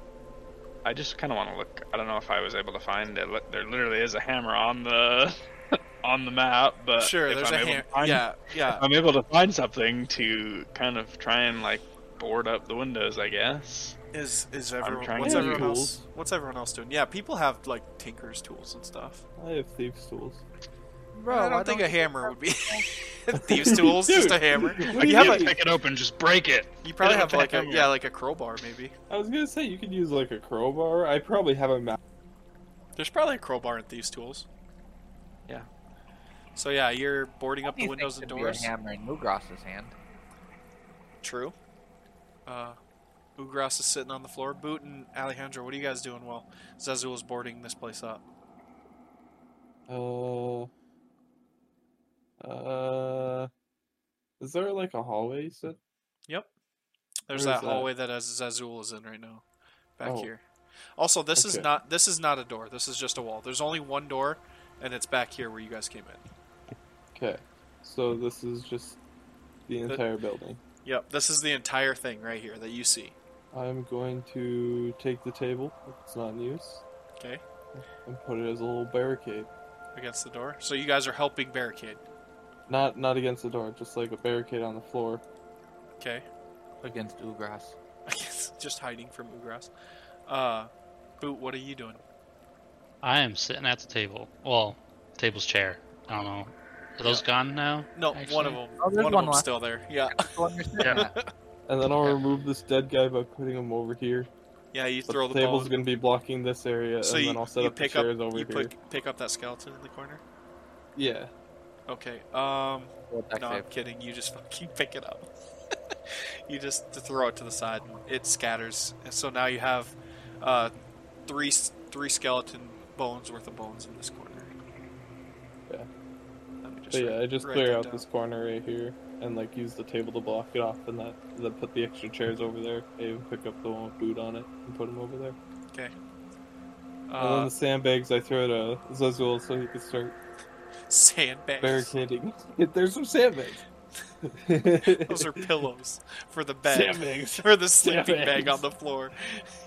I just kind of want to look. I don't know if I was able to find it. Li- There literally is a hammer on the on the map, but sure, Uh, if there's I'm a able to hand. find- Yeah, yeah. if I'm able to find something to kind of try and like board up the windows, I guess. Is is everyone? trying What's to everyone tools. else? What's everyone else doing? Yeah, people have like tinkers' tools and stuff. I have thieves' tools. Bro, I why don't think a you hammer would be thieves' tools. just a Dude. hammer. What You do have you a- mean? pick it open, just break it. You probably Yeah, have like a hammer. yeah, like a crowbar maybe. I was gonna say you could use like a crowbar. I probably have a map. There's probably a crowbar in thieves' tools. Yeah. So yeah, you're boarding up the think windows and should be a doors. hammer in Ugras's hand. True. Uh, Ugras is sitting on the floor. Boot and Alejandro, what are you guys doing while Zazul is boarding this place up? Uh. Uh. Is there like a hallway? You said. There's Where that is that? hallway that Az- Zazul is in right now, back Oh. here. Also, this is Okay. not this is not a door. This is just a wall. There's only one door, and it's back here where you guys came in. Okay. So this is just the entire building. Yep, this is the entire thing right here that you see. I'm going to take the table. if It's not in use. Okay, And put it as a little barricade. against the door. So you guys are helping barricade. Not not against the door, just like a barricade on the floor. Okay, Against Ugras. I guess just hiding from Ugras. Uh, Boot, what are you doing? I am sitting at the table. Well, table's chair. I don't know. Are those gone now? No, one of Actually- them. Oh, there's one of one them's left. still there. Yeah, Yeah. And then I'll Okay. remove this dead guy by putting him over here. yeah. You But throw the the, table's ball. gonna be blocking this area, so and you, then I'll set you up the pick up chairs over you here. pick, pick up that skeleton in the corner. Yeah. Okay. Um, Deck no, I'm save. kidding. You just fucking pick it up. you just throw it to the side, and it scatters. And so now you have uh, three s- three skeleton bones worth of bones in this corner. Yeah. Let me just But write- yeah, I just write clear that out down. this corner right here and like use the table to block it off and that then put the extra chairs over there. I even pick up the one with boot on it and put him over there. and then Uh, the sandbags I throw to Zezul so he can start sandbags. barricading. There's some sandbags. Those are pillows for the bed. sandbags. or the sleeping bag Sandbags. on the floor.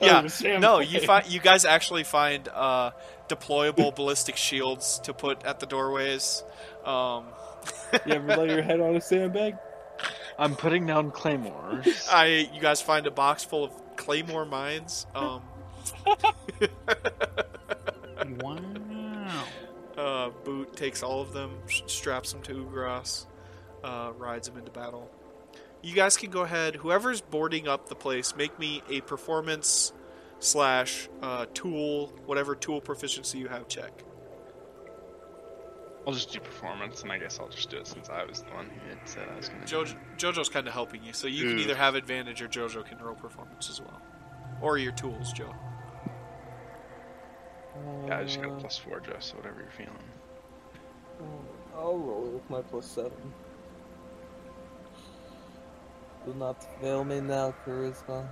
Oh, Yeah. No, you find you guys actually find uh, deployable ballistic shields to put at the doorways. Um, You ever lay your head on a sandbag? I'm putting down claymores. I you guys find a box full of claymore mines. Um, Wow. uh, Boot takes all of them, s- straps them to Ugras, uh, rides them into battle. You guys can go ahead. Whoever's boarding up the place, make me a performance slash uh, tool, whatever tool proficiency you have, check. I'll just do performance, and I guess I'll just do it since I was the one who had said I was gonna. do Jojo, Jojo's kind of helping you, so you can Mm. either have advantage or Jojo can roll performance as well, or your tools, Joe. it. Yeah, I just got a plus four, Joe. So whatever you're feeling. Uh, I'll roll with my plus seven. Do not fail me now, charisma.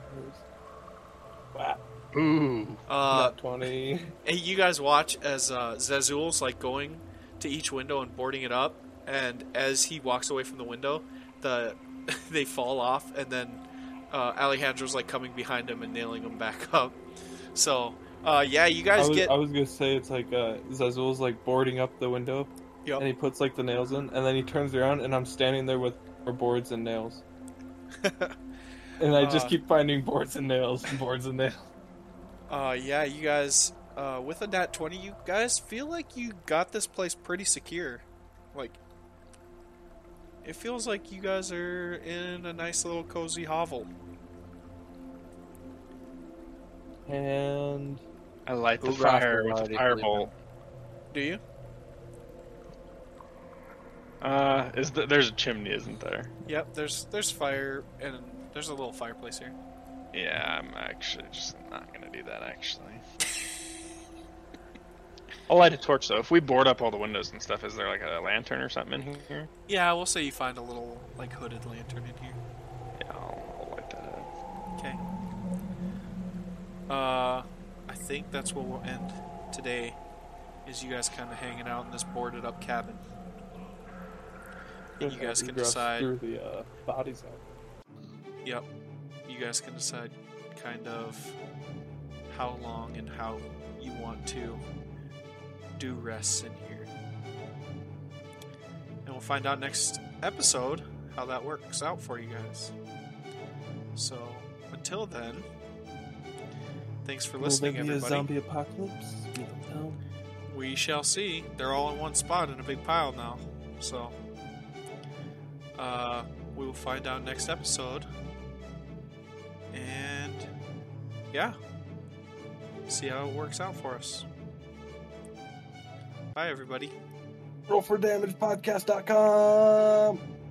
Wow, Ooh. Uh, not twenty. and you guys watch as uh, Zazul's like going to each window and boarding it up, and as he walks away from the window, the they fall off, and then uh, Alejandro's like coming behind him and nailing him back up. So uh, yeah, you I guys was, get I was gonna say it's like uh, Zazul's like boarding up the window, Yep. and he puts like the nails in, and then he turns around, and I'm standing there with our boards and nails. And I just Uh. keep finding boards and nails and boards and nails. Uh, yeah, you guys, uh, with a nat 20, you guys feel like you got this place pretty secure. Like, it feels like you guys are in a nice little cozy hovel. And I light the Ugrath fire will with a already firebolt. Do you? Uh, is th there's a chimney, isn't there? Yep, there's there's fire and there's a little fireplace here. Yeah, I'm actually just not gonna do that. Actually, I'll light a torch though. If we board up all the windows and stuff, is there like a lantern or something in here? Yeah, we'll say you find a little like hooded lantern in here. Yeah, I'll, I'll light that up. Okay. Uh, I think that's where we'll end today. Is you guys kind of hanging out in this boarded up cabin? You guys can Egress decide. Through the uh, bodies out. Yep. You guys can decide kind of how long and how you want to do rests in here. And we'll find out next episode how that works out for you guys. So until then, thanks for listening, Will there be everybody. a zombie apocalypse? We don't know. We shall see. They're all in one spot in a big pile now. So, uh, we will find out next episode. And, yeah. See how it works out for us. Bye, everybody. Roll for damage podcast.com.